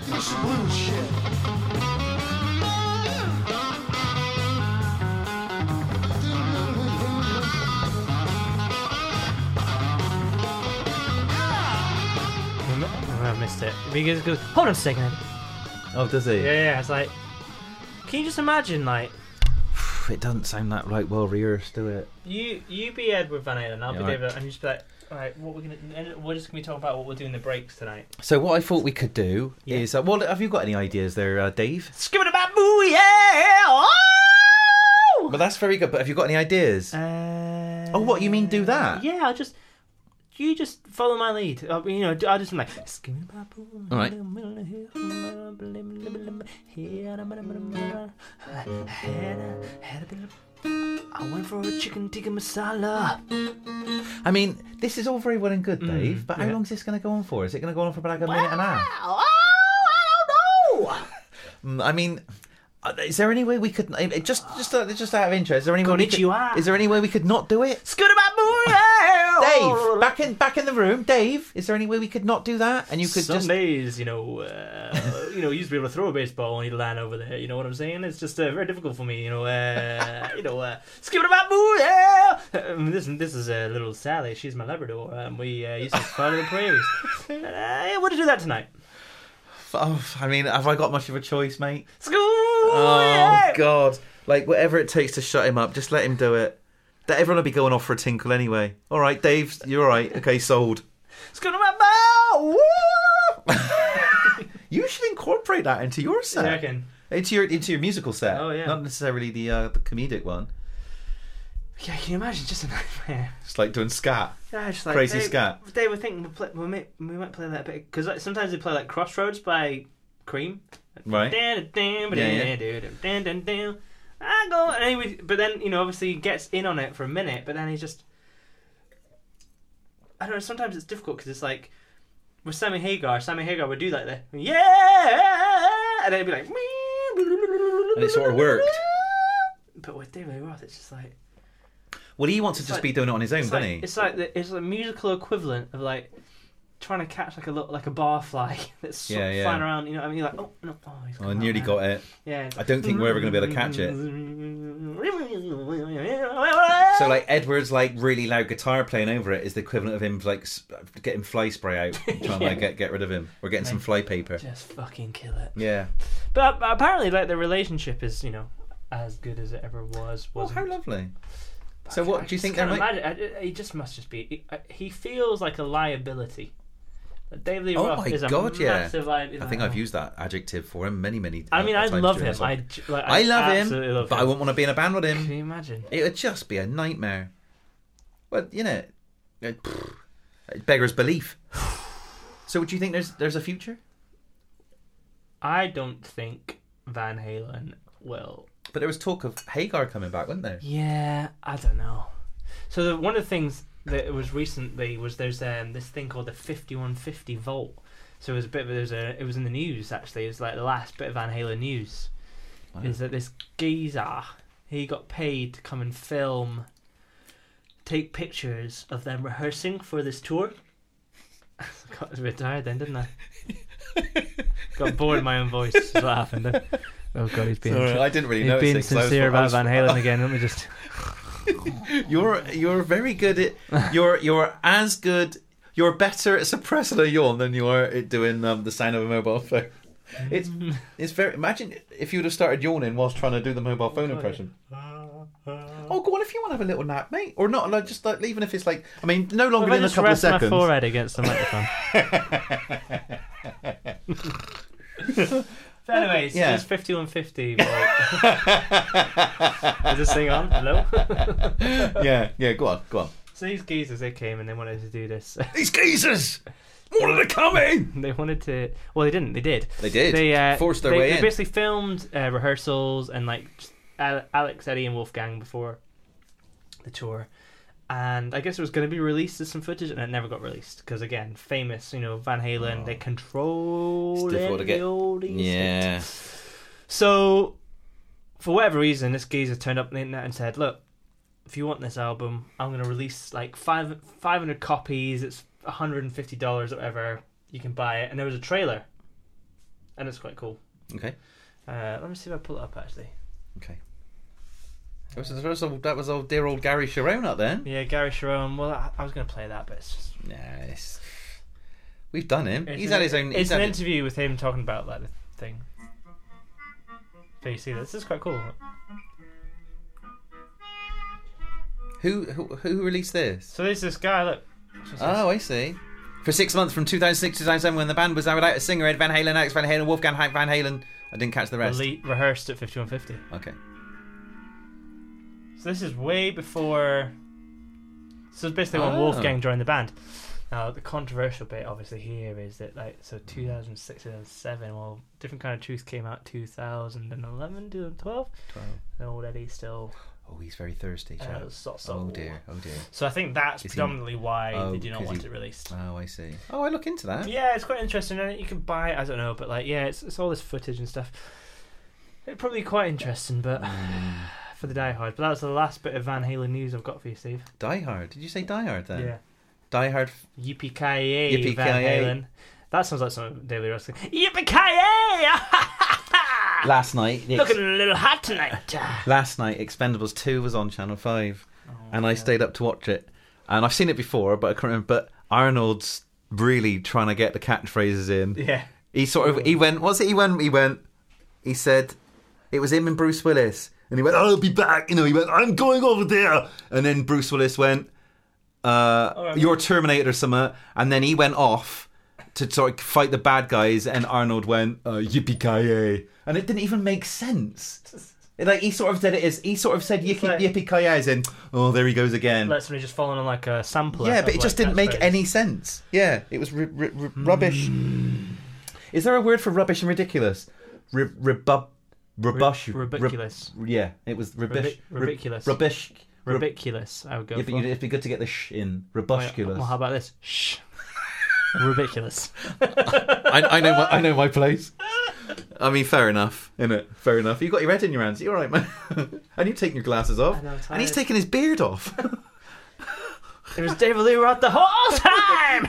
This is blue shit.
Oh, I missed it. Because he goes, hold on a second.
Oh, does he?
Yeah, yeah. It's like, can you just imagine, like,
Pff, [SIGHS] It doesn't sound that like well rehearsed, do it?
you you be Edward Van Halen, I'll
Yeah,
be
right.
David, and you just be like, all right, what we're gonna, and we're just gonna be talking about what we're doing in the breaks tonight.
So what I thought we could do
Yeah.
is, uh, well, have you got any ideas there, uh, Dave?
Skipping about boo, yeah. oh!
Well, that's very good. But have you got any ideas?
Uh,
oh, what you mean do that?
Yeah, I'll just. You just follow my lead. Uh, you know, I just like. "Skimming my pool,
All right.
I went for a chicken tikka masala.
I mean, this is all very well and good, Dave. but how
Mm, yeah.
long is this going to go on for? Is it going to go on for about like a minute and a half?
Oh, I don't know.
Mm, I mean, uh, is there any way we could I- I- just just uh, just out of interest? Is there any way? We
Konnichiwa.
could, is there any way we could not do it?
Scoot about boo,
Dave, back in back in the room, Dave. Is there any way we could not do that? And you could
Some
just
days, you know, uh, you know, you used to be able to throw a baseball and he'd land over there. You know what I'm saying? It's just uh, very difficult for me. You know, uh, [LAUGHS] you know, uh, skip about boo. Yeah. Um, this this is uh, little Sally. She's my Labrador. Um, we uh, used to fly to the [LAUGHS] prairies. Uh, yeah, we'll just do that tonight.
Oh, I mean, have I got much of a choice, mate?
School.
Oh
yeah.
God! Like whatever it takes to shut him up, just let him do it. That everyone will be going off for a tinkle anyway. All right, Dave, you're all right. Okay, sold.
Scoot about boo. Woo!
[LAUGHS] You should incorporate that into your set,
I reckon.
into your into your musical set.
Oh, yeah.
not necessarily the uh, the comedic one.
Yeah, can you imagine just a nightmare?
It's like doing scat.
Yeah, just like
Crazy
they,
scat.
They were thinking we, play, we, might, we might play that bit because like, sometimes they play like Crossroads by Cream.
Right. Yeah,
I go, and he would, but then you know, obviously he gets in on it for a minute, but then he just, I don't know. Sometimes it's difficult because it's like with Sammy Hagar, Sammy Hagar would do like the yeah, and it'd be like, and
And it sort of worked.
But with David Lee Roth, it's just like
Well, he wants to just
like-
be doing it on his own,
it's
doesn't
like,
he?
It's like the, it's the musical equivalent of like trying to catch like a little, like a barfly [LAUGHS] that's sort
Yeah,
of
yeah.
flying around. You know what I mean? You're like, oh no, oh, he's
Oh, I nearly got it.
Yeah.
I don't think we're ever going to be able to catch it.
it.
So, like Edward's like really loud guitar playing over it is the equivalent of him like s- getting
[LAUGHS]
fly spray out, and trying to like, get get rid of him, or getting some fly paper.
just fucking kill it.
Yeah.
But apparently, like the relationship is, you know, as good as it ever was.
Well,
Wasn't.
Oh, how lovely. So,
I
what do you
just
think? There
can't
might...
imagine- I- I- He just must just be. He, I- he feels like a liability. David Lee
Oh
Roth
my
is a
God, yeah.
massive liability.
I think I've used that adjective for him many, many.
I mean,
uh,
I
times
love
during
him.
this
I,
one.
j- like,
I love him,
absolutely love
but I
him.
wouldn't want to be in a band with
Can
him.
you imagine?
It would just be a nightmare. Well, you know, it- pfft, it beggars belief. So, do you think there's there's a future?
I don't think Van Halen will
But there was talk of Hagar coming back, wasn't there?
Yeah, I don't know. So the, one of the things that was recently was there's um, this thing called the 5150 volt. So it was a bit of there's a it was in the news actually. It was like the last bit of Van Halen news is that this geezer he got paid to come and film, take pictures of them rehearsing for this tour. [LAUGHS] I got a bit tired then, didn't I? got bored of my own voice just laughing. didn't I? Oh god, he's being
Sorry, I didn't really
You've
notice
been
it 'cause I was-
sincere
I
about
was-
Van Halen again. Let me just.
[LAUGHS] You're you're very good at you're you're as good you're better at suppressing a yawn than you are at doing um, the sound of a mobile phone. It's it's very imagine if you'd have started yawning whilst trying to do the mobile phone impression. Oh, go on if you want to have a little nap, mate, or not. Like, just like even if it's like I mean, no longer
If I
than a
just
couple of
rest my
seconds.
forehead against the microphone. so anyways,
Yeah.
it's 5150. [LAUGHS] Is this thing on? Hello? [LAUGHS]
[LAUGHS] yeah, yeah. Go on, go on.
so these geezers, they came and they wanted to do this.
These geezers! More of the coming!
[LAUGHS] they wanted to... Well, they didn't. They did.
They did.
They uh,
Forced their
they,
way
they
in.
basically filmed uh, rehearsals and like just Al- Alex, Eddie, and Wolfgang before the tour, and I guess it was going to be released as some footage, and it never got released because again, famous, you know, Van Halen,
Oh.
they control
It's difficult to get-
the oldies.
Yeah.
So, for whatever reason, this geezer turned up on the internet and said, "Look, if you want this album, I'm going to release like five five hundred copies. It's one hundred and fifty dollars or whatever. You can buy it." And there was a trailer, and it's quite cool.
Okay.
Uh, let me see if I pull it up actually.
Okay. That was, that, was old, that was old dear old Gary Sharon up there.
Yeah, Gary Sharon. Well, I, I was going to play that, but it's just.
Nice. We've done him.
It's
he's
an-
had his own.
It's
He's
an
had his-
interview with him talking about like the thing. So you see this? This is quite cool.
who, who who released this?
So there's this guy. Look,
Oh, I see. For six months from 2006 to 2007, when the band was without a singer, Ed Van Halen, Alex Van Halen, Wolfgang Hank Van Halen. I didn't catch the rest.
Rele- rehearsed at fifty one fifty.
Okay.
So this is way before. So it's basically when
Oh.
Wolfgang joined the band. Now the controversial bit, obviously, here is that like so 2006, 2007. Well, different kind of truth came out 2011, 2012. And old Eddie still.
Oh, he's very thirsty.
Uh,
chap.
so, so,
oh dear. Oh dear.
So I think that's
Is he-
predominantly why
Oh,
they do not
'cause
want
he-
it released.
Oh, I see. Oh, I look into that.
Yeah, it's quite interesting. And you can buy it. I don't know, but like, yeah, it's, it's all this footage and stuff. It's probably quite interesting,
[SIGHS]
but [SIGHS] for the diehard. But that was the last bit of Van Halen news I've got for you, Steve.
Die Hard. Did you say Die Hard then?
Yeah.
Die Hard.
Yippee ki
Yippee-ki-yay.
Van Halen. That sounds like some Daily Ross. Yippee [LAUGHS] ki
Last night. the
Looking a little hot
[LAUGHS]
tonight.
Last night, Expendables 2 was on Channel 5, and I stayed up to watch it. And I've seen it before, but I can't remember. But Arnold's really trying to get the catchphrases in.
yeah.
He sort of, he went, what's it? He went, he went, he said, it was him and Bruce Willis. And he went, I'll be back. You know, he went, I'm going over there. And then Bruce Willis went, uh, you're Terminator summer. And then he went off to sort of fight the bad guys, and Arnold went, uh, yippee-ki-yay. And it didn't even make sense. Like he sort of said it is. He sort of said yippee
like-
yippee ki yay, and oh, there he goes again.
Let somebody just falling on like a sampler.
yeah,
of,
but it just
like,
didn't make
catchphrases.
any sense. Yeah, it was r- r- r- rubbish. Is there a word for rubbish and ridiculous? R- rebub, rebush,
Ri- ridiculous.
rib- yeah, it was rubbish.
Ridic- ridiculous.
Rubbish. rub-
Ridiculous, I would go
yeah,
for.
but you'd, it'd be good to get the sh in. Rubusculous.
Oh, Well, how about this?
[LAUGHS]
Shh. Ridiculous.
I, I know. My, I know my place. I mean, fair enough, isn't it? Fair enough. You got your head in your hands. You're all right, man. [LAUGHS] and you've taken your glasses off,
I know, I'm
and he's
tired.
taking his beard off. [LAUGHS]
It was David Lee Roth the whole time.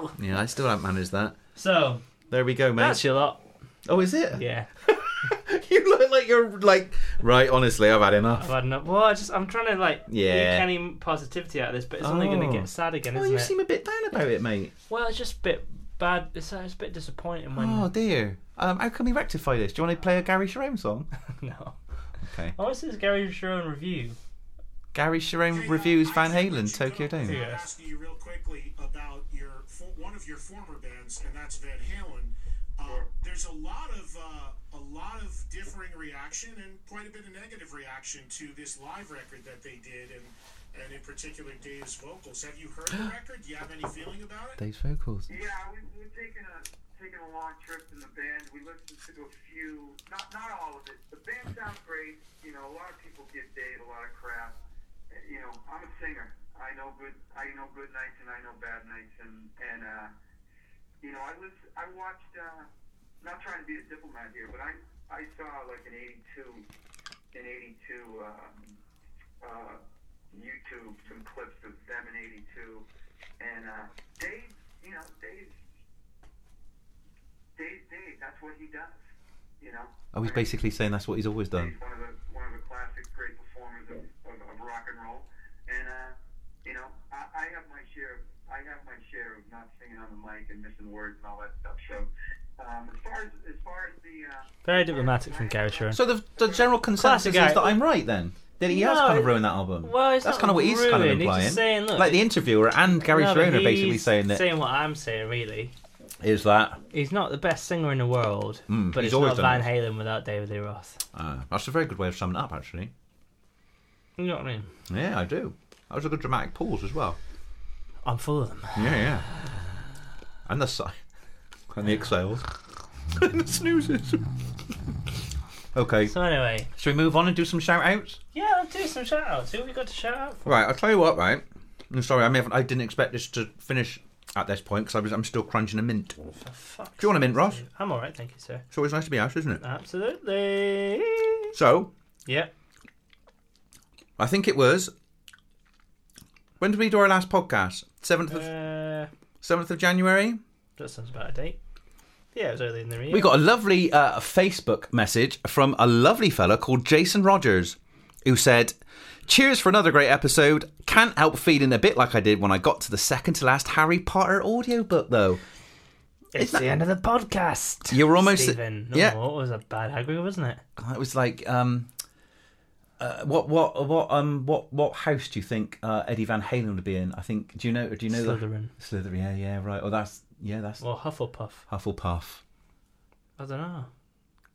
[LAUGHS]
[LAUGHS]
wow.
yeah, I still haven't managed that.
So
There we go, mate.
that's your lot.
Oh, is it?
Yeah.
[LAUGHS] You look like you're like right. Honestly, I've had
I've
enough.
had enough. Well, I just I'm trying to like
Yeah.
eke any positivity out of this, but it's only going
Oh.
to get sad again,
Oh,
isn't
you
it?
seem a bit down about it, mate.
Well, it's just a bit bad. It's, uh, it's a bit disappointing when.
Oh dear. Um, how can we rectify this? Do you want to play a Gary Sharon song?
[LAUGHS]
[LAUGHS]
no.
Okay.
I want to see this Gary Sharon review.
Gary Sharon reviews Van Halen, Tokyo Dome.
Yeah.
I'm asking you real quickly about your fo- one of your former bands, and that's Van Halen. Uh, there's a lot of uh, a lot of differing reaction and quite a bit of negative reaction to this live record that they did, and and in particular Dave's vocals. Have you heard the record? Do you have any feeling about it?
Dave's vocals.
Yeah, we, we've taken a taken a long trip in the band. We listened to a few, not not all of it. The band sounds great. You know, a lot of people give Dave a lot of crap. Uh, You know, I'm a singer. I know good. I know good nights and I know bad nights. And and uh, you know, I listen. I watched. Uh, not trying to be a diplomat here, but I I saw like an '82 in '82 um, uh, YouTube some clips of them in '82, and uh, Dave, you know, Dave, Dave, Dave, that's what he does, you know.
I was
I mean,
basically saying that's what Oh, he's always done.
He's one of the one of the classic great performers of, of, of rock and roll, and uh, you know, I, I have my share. Of, I have my share of not singing on the mic and missing words and all that stuff. So, um, as far as as far as the uh,
Very diplomatic from Gary Sharon.
So the the general
Classic
consensus
guy.
is that I'm right then. That he has
No,
kind of
it-
ruined that album.
well, it's
that's
not
kind of what he's kind of
ruined, he's
implying.
just saying, look,
like the interviewer and Gary
No, but
Sharon are basically
he's
saying that is
Saying what I'm saying, really.
that.
He's not the best singer in the world, but
Hmm, he's
he's
always
not
done
Van Halen without David Lee Roth.
Uh, that's a very good way of summing it up, actually.
You know what I mean?
Yeah, I do. That was a good dramatic pause as well.
I'm full of them.
Yeah, yeah. And [LAUGHS] the sigh. And the exhales. and the snoozes. [LAUGHS] Okay.
So anyway,
Should we move on and do some shout outs?
yeah, let's do some shout outs. Who have we got to shout out for?
Right, I'll tell you what, right? I'm sorry, I, may have, I didn't expect this to finish at this point because I'm still crunching a mint. Do
Fuck.
you want a mint, Ross?
I'm all right, thank you, sir.
It's always nice to be asked, isn't it?
Absolutely.
So,
Yeah.
I think it was. When did we do our last podcast? 7th of,
Uh,
7th of January?
that sounds about a date. Yeah, it was early in the year.
We got a lovely uh, Facebook message from a lovely fella called Jason Rogers, who said, "Cheers for another great episode. Can't help feeling a bit like I did when I got to the second to last Harry Potter audiobook, though.
It's
that-
the end of the podcast.
You were almost-
Stephen. No,
yeah.
it was a bad hagrid, wasn't it?
It was like, um, uh, what, what, what, um, what, what house do you think uh, Eddie Van Halen would be in? I think. Do you know? Do you know
Slytherin.
the Slytherin? Yeah, yeah, right. Oh, that's yeah, that's
Or Hufflepuff.
Hufflepuff.
I don't know.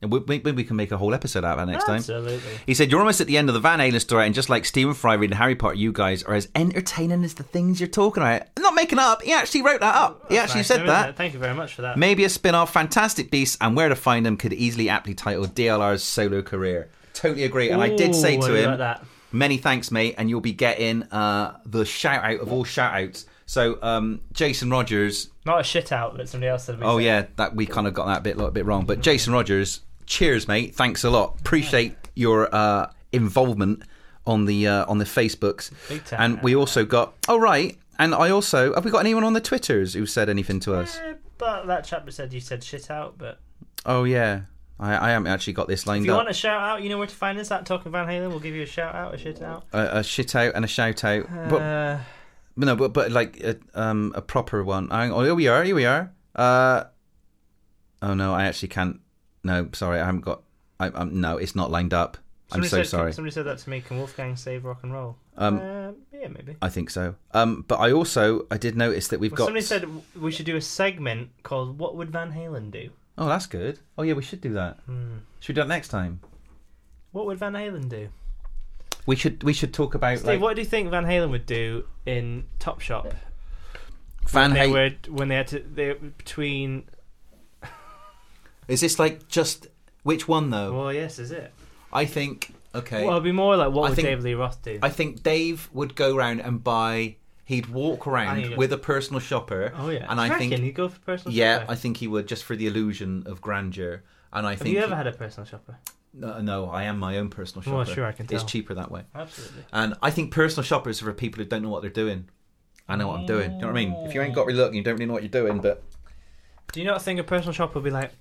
And we, we, we can make a whole episode out of that next time.
Absolutely.
He said, You're almost at the end of the Van Halen story, and just like Stephen Fry reading Harry Potter, you guys are as entertaining as the things you're talking about. I'm not making it up. He actually wrote that up. he actually
Nice,
said
isn't
that.
it? Thank you very much for that.
Maybe a spin off, Fantastic Beasts, and Where to Find Them could easily aptly title DLR's solo career. Totally agree. And I did say
Ooh,
to
I
him,
like that.
Many thanks, mate, and you'll be getting uh, the shout out of all shout outs. So, um, Jason Rogers,
Not a shit out that somebody else said. we
Oh
said.
yeah, that we kind of got that bit a bit wrong. But Jason Rogers, cheers, mate. Thanks a lot. Appreciate your uh, involvement on the uh, on the Facebooks.
Big time.
And we also got oh right. And I also have we got anyone on the Twitters who said anything to us?
Eh, But that chap that said you said shit out. But
Oh yeah, I, I haven't actually got this lined
if you
up.
want a shout out, you know where to find us at Talking Van Halen. We'll give you a shout out, a shit out.
A, a shit out and a shout out, but
Uh,
no, but but like a, um, a proper one. Hang on, here we are. Here we are. Uh, oh no, I actually can't. No, sorry, I haven't got. I, I'm no, it's not lined up. I'm
somebody
so
said,
sorry. Um,
Somebody said that to me. Can Wolfgang save rock and roll? uh, yeah, maybe.
I think so. Um, but I also I did notice that we've got.
Somebody said we should do a segment called "What Would Van Halen Do."
oh, that's good. Oh yeah, we should do that.
Hmm.
Should we do that next time?
What would Van Halen do?
We should we should talk about
Steve,
like
what do you think Van Halen would do in Top Shop?
Van
They
Halen.
were when they had to they between.
Is this like just which one though?
Well, yes, is it?
I think okay.
Well, it'd be more like what
I
would
think-
David Lee Roth do?
I think Dave would go around and buy. He'd walk
I
around
need a-
with a personal shopper.
oh yeah,
and
Do you
I
reckon
think
he'd go for personal.
yeah,
shopper?
I think he would just for the illusion of grandeur. And I
Have
think
you ever
he-
had a personal shopper?
no, no, I am my own personal shopper.
Well, sure, I can
It's
tell.
cheaper that way.
Absolutely.
And I think personal shoppers are for people who don't know what they're doing. I know what I'm doing. Do you know what I mean? If you ain't got really looking, you don't really know what you're doing. But [LAUGHS]
Do you not think a personal shopper would be like,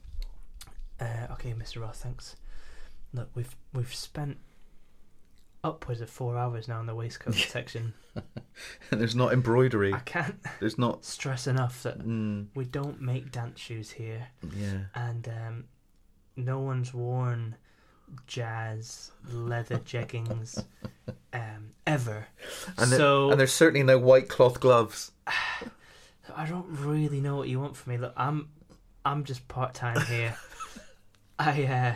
uh, okay, Mr. Roth, thanks. Look, we've we've spent upwards of four hours now in the
[LAUGHS]
waistcoat section.
there's not embroidery.
I can't [LAUGHS]
There's not.
stress enough that
Hmm.
we don't make dance shoes here,
Yeah.
and um, no one's worn jazz
[LAUGHS]
leather jeggings um, ever.
And, there-
so
and there's certainly no white cloth gloves.
I don't really know what you want from me. Look, I'm I'm just part time
[LAUGHS]
here. I uh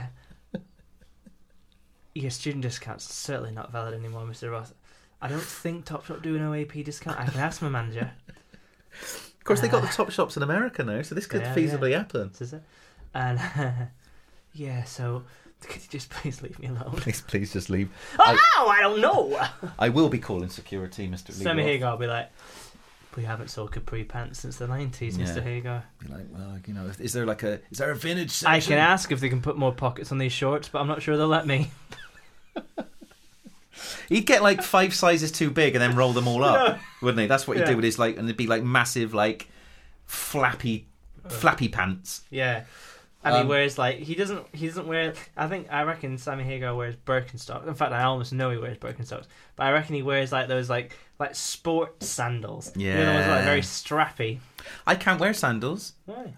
your student discount's certainly not valid anymore, Mr. Roth. I don't think Topshop do an OAP discount. I can ask my
[LAUGHS]
manager.
Of course, they got the top shops in America now, so this could
Ah. Yeah,
feasibly happen.
This is it. And [LAUGHS] uh, yeah, so could you just please leave me alone?
Please, please just leave.
[LAUGHS] Oh, I don't know.
I will be calling security, Mr. Lee
Sammy
Roth.
Hagar will be like, we haven't sold capri pants since the nineties,
Yeah.
Mr. Hagar.
Be like, well, you know, is there like a is there a vintage?
I
Section?
can ask if they can put more pockets on these shorts, but I'm not sure they'll let me. [LAUGHS]
He'd get like five sizes too big and then
[LAUGHS]
roll them all up, wouldn't he? That's what he'd
Yeah.
do with his like, and it'd be like massive, like flappy,
Uh.
flappy pants.
Yeah. And
Um,
he wears like he doesn't he doesn't wear I think I reckon Sammy Hagar wears Birkenstocks. In fact I almost know he wears Birkenstocks. But I reckon he wears like those like like sport sandals. You know, those,
Yeah.
like very strappy.
I can't wear sandals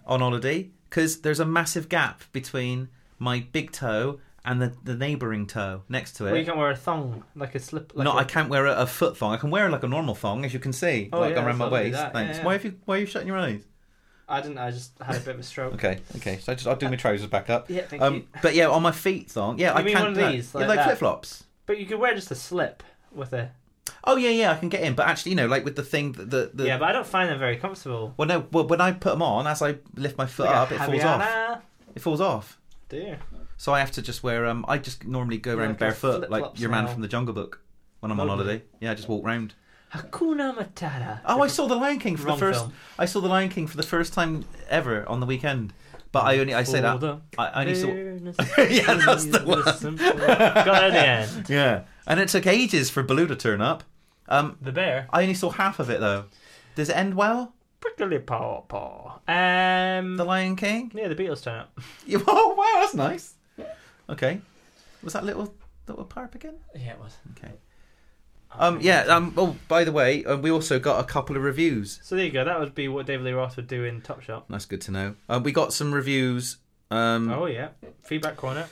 on holiday because there's a massive gap between my big toe and the, the neighbouring toe next to it.
Well you can wear a thong, like a slip like
no,
I
I can't wear a, a foot thong. I can wear like a normal thong, as you can see,
Oh,
like
yeah,
around my
so I'll do
waist.
that,
Thanks.
yeah, yeah.
Why have you Why are you shutting your eyes?
I didn't I just had a bit of a stroke.
Okay, okay. So I just I'll do my trousers back up. Um,
Yeah, thank you.
But yeah, on my feet thong. Yeah, I
mean
can't.
one of
do that.
these,
Yeah,
like
like
that?
flip flops.
But you could wear just a slip with a
Oh yeah, yeah, I can get in. But actually, you know, like with the thing, that the, the
Yeah, but I don't find them very comfortable.
Well, no. Well, when I put them on, as I lift my foot
Like a
up, it falls Uh, off.
Havaiana.
It falls off.
Dear.
So I have to just wear. Um, I just normally go around
Like a
barefoot, like
flip-flops
your man
now.
from the Jungle Book, when I'm on
Lovely.
holiday. Yeah, I just walk round.
Hakuna Matata.
Oh, I saw the Lion King for the
Wrong
first.
film.
I saw the Lion King for the first time ever on the weekend. But I only I say that
Hold up.
I, I only saw. [LAUGHS]
Fairness
yeah, that's the
is
one.
simple. Got it in.
Yeah, and it took ages for Baloo to turn up. Um,
The bear.
I only saw half of it though. Does it end well?
Prickly paw paw. Um.
The Lion King? [LAUGHS]
Yeah, the Beatles turn up.
You- oh wow, that's nice. Okay, was that little little parp again?
Yeah, it was.
Okay. Um, yeah. Um. Oh, by the way, um, we also got a couple of reviews.
So there you go. That would be what David Lee Roth would do in Top Shop.
That's good to know. Um, we got some reviews. Um,
Oh yeah, feedback corner.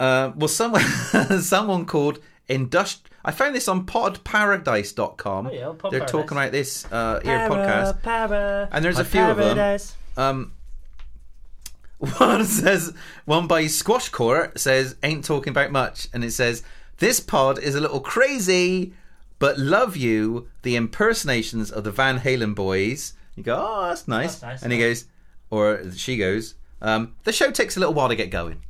Oh.
Uh, well, someone [LAUGHS] someone called Indust. I found this on podparadise.com.
Oh, yeah, Pod
They're
Paradise.
talking about this uh, here podcast.
Para,
And there's a few of them.
paradise.
Um, one [LAUGHS] says, one by Squash Court says, ain't talking about much. And it says, this pod is a little crazy, but love you, the impersonations of the Van Halen boys. You go, oh, that's nice.
That's nice,
and he
yeah.
goes, or she goes, um, the show takes a little while to get going.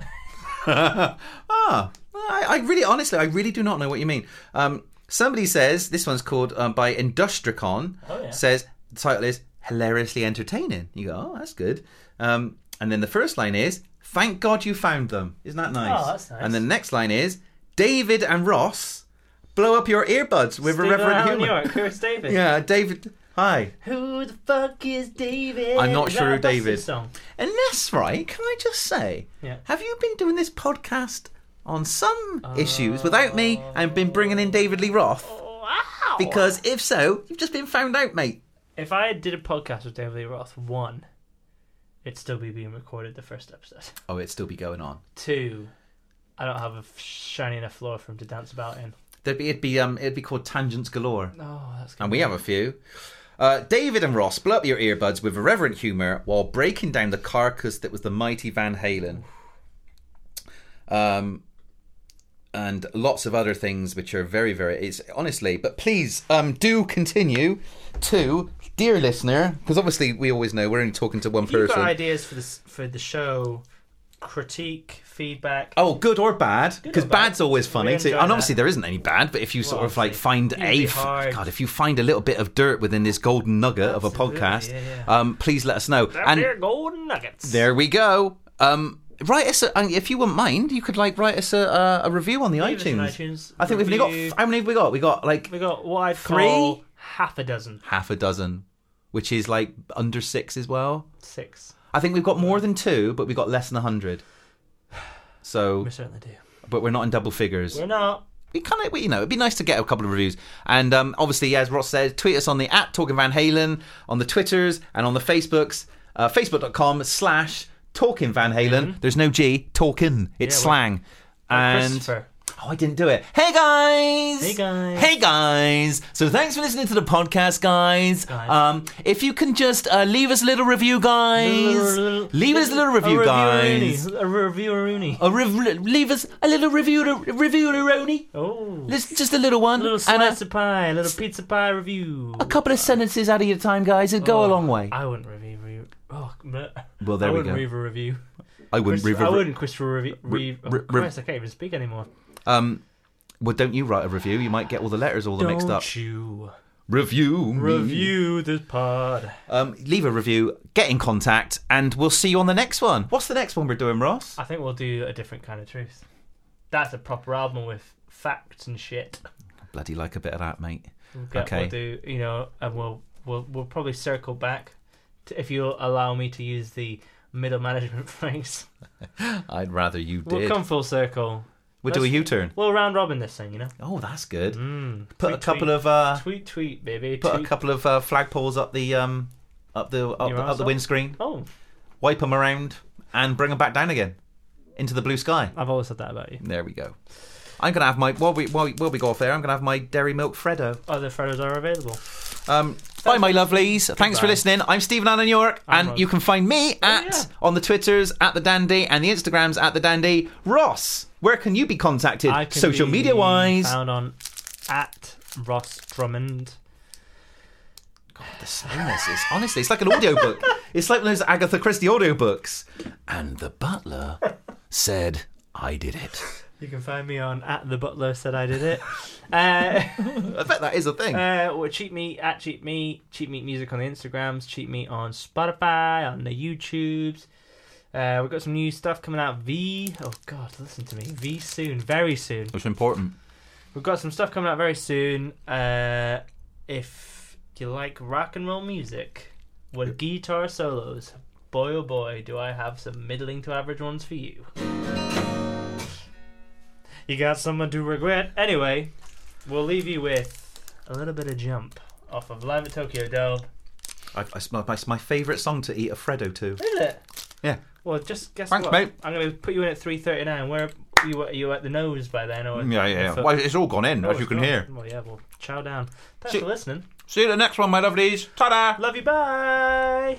ah, I, I really, honestly, I really do not know what you mean. Um, somebody says, this one's called um, by Industricon,
Oh, yeah.
says, the title is hilariously entertaining. You go, oh, that's good. Um, and then the first line is, thank God you found them. Isn't that nice?
Oh, that's nice.
And the next line is, David and Ross blow up your earbuds with
Stephen
irreverent
Allen
humor.
York, Chris Davis.
Yeah, David. Hi.
Who the fuck is David?
I'm not
Is
sure
that a
who David-
Busta Song?
And that's right. Can I just say,
Yeah.
have you been doing this podcast on some issues without me and been bringing in David Lee Roth?
Oh, Wow.
Because if so, you've just been found out, mate.
if I did a podcast with David Lee Roth, one, it'd still be being recorded the first episode.
Oh, it'd still be going on.
Two, I don't have a shiny enough floor for him to dance about in.
There'd be, it'd be um, it'd be called Tangents Galore.
Oh, that's good.
and we have a few. Uh, David and Ross blow up your earbuds with irreverent humour while breaking down the carcass that was the mighty Van Halen. Um, and lots of other things which are very, very. It's honestly, but please um, do continue to, dear listener, because obviously we always know we're only talking to one
If you've got
person.
ideas for this for the show, critique, feedback.
Oh, good or bad? Because
or bad.
bad's always funny.
We
Too.
enjoy
And obviously,
that.
there isn't any bad, but if you sort
Well,
of like
obviously,
find
it'd
a
be
f-
hard.
God, if you find a little bit of dirt within this golden nugget of a
Absolutely,
podcast,
yeah,
Um, please let us know.
and
and
they're golden nuggets.
there we go. Um, write us a, and if you wouldn't mind. You could like write us a, a, a review on the
Leave us an
iTunes.
iTunes
I think we've only
review.
got how many have we got? We got like
We got what I'd
Three?
call half a dozen,
half a dozen, which is like under six as well.
six.
I think we've got more than two, but we got less than a hundred. So,
We certainly do.
but we're not in double figures.
We're not.
we kind of, you know, it'd be nice to get a couple of reviews. And um, obviously, as Ross said, tweet us on the at Talking Van Halen, on the Twitters, and on the Facebooks, uh, facebook.com slash Talking Van Halen. There's no G, Talking. It's
Mm-hmm. Yeah, well-
slang. and
Christopher.
oh, I didn't do it. Hey guys,
Hey, guys.
hey guys. So thanks for listening to the podcast, guys.
Guys.
Um, if you can just uh, leave us a little review, guys. Leave us a little review, guys.
A review-a-rooney.
A rev- leave us a little review, review, Roni.
Oh.
Listen, just a little one,
A little
and
slice
a,
of pie, a little pizza pie review.
a couple of sentences out of your time, guys. It'd go a long way.
I wouldn't review. review oh, [LAUGHS] bleh.
Well,
Oh. I
there we
wouldn't
go.
Read a review.
I
Chris, I wouldn't Christopher review.
re-
oh,
re-
Christ, I can't even speak anymore.
Um, well, don't you write a review? You might get all the letters all the
Don't
mixed up.
you
Review, me.
review this pod?
Um, leave a review. Get in contact, and we'll see you on the next one. What's the next one we're doing, Ross?
I think we'll do a different kind of truth. That's a proper album with facts and shit.
Bloody like a bit of that, mate.
We'll get-
Okay.
We'll do you know, and we'll we'll we'll probably circle back to, if you'll allow me to use the middle management [LAUGHS] phrase.
I'd rather you
We'll
did.
come full circle.
We'll do a
let's-
U-turn.
We'll round robin this thing, you know.
Oh, that's good.
Mm.
Put
Tweet,
a couple
tweet.
of uh,
tweet tweet baby.
put a
tweet.
couple of uh, flagpoles up the um, up the up,
Your
the-
arse
up the
up?
windscreen.
Oh,
wipe them around and bring them back down again into the blue sky.
I've always said that about you.
There we go. I'm gonna have my while we while we, while we go off there. I'm gonna have my dairy milk Freddo.
Other photos are available.
Um, bye, my lovelies. Thanks for
Goodbye.
listening. I'm Stephen Allen York,
I'm
and
Ross.
you can find me at
yeah.
on the Twitters at the Dandy and the Instagrams at the Dandy. Ross, where can you be contacted
I can
social
be
media wise?
Found on at Ross Drummond.
The slowness is honestly, it's like an audiobook. it's like those Agatha Christie audiobooks. And the butler said I did it.
You can find me on at the butler said I did [LAUGHS] it. uh,
I bet that is a thing.
uh, or cheat me at cheat me, cheat meat music on the Instagrams, cheat me on Spotify, on the YouTubes. Uh, we've got some new stuff coming out. V, oh god, listen to me. V soon, very soon.
Which is important.
We've got some stuff coming out very soon. Uh, if you like rock and roll music with guitar solos, boy oh boy, do I have some middling to average ones for you. You got someone to regret. Anyway, we'll leave you with a little bit of jump off of Live at Tokyo Dome.
I, I, smell- my, my favourite song to eat a Freddo to.
Is it?
Yeah.
Well, just guess
Thanks,
what?
mate.
I'm going to put you in at 3:39. Where you were you at the nose by then? Or
Yeah, yeah.
Or-
Well, uh, it's all gone in,
Oh,
as you
it's
can
gone.
hear.
Well, yeah. Well, chow down. Thanks
See-
for listening.
See you in the next one, my lovelies. Ta da!
Love you. Bye.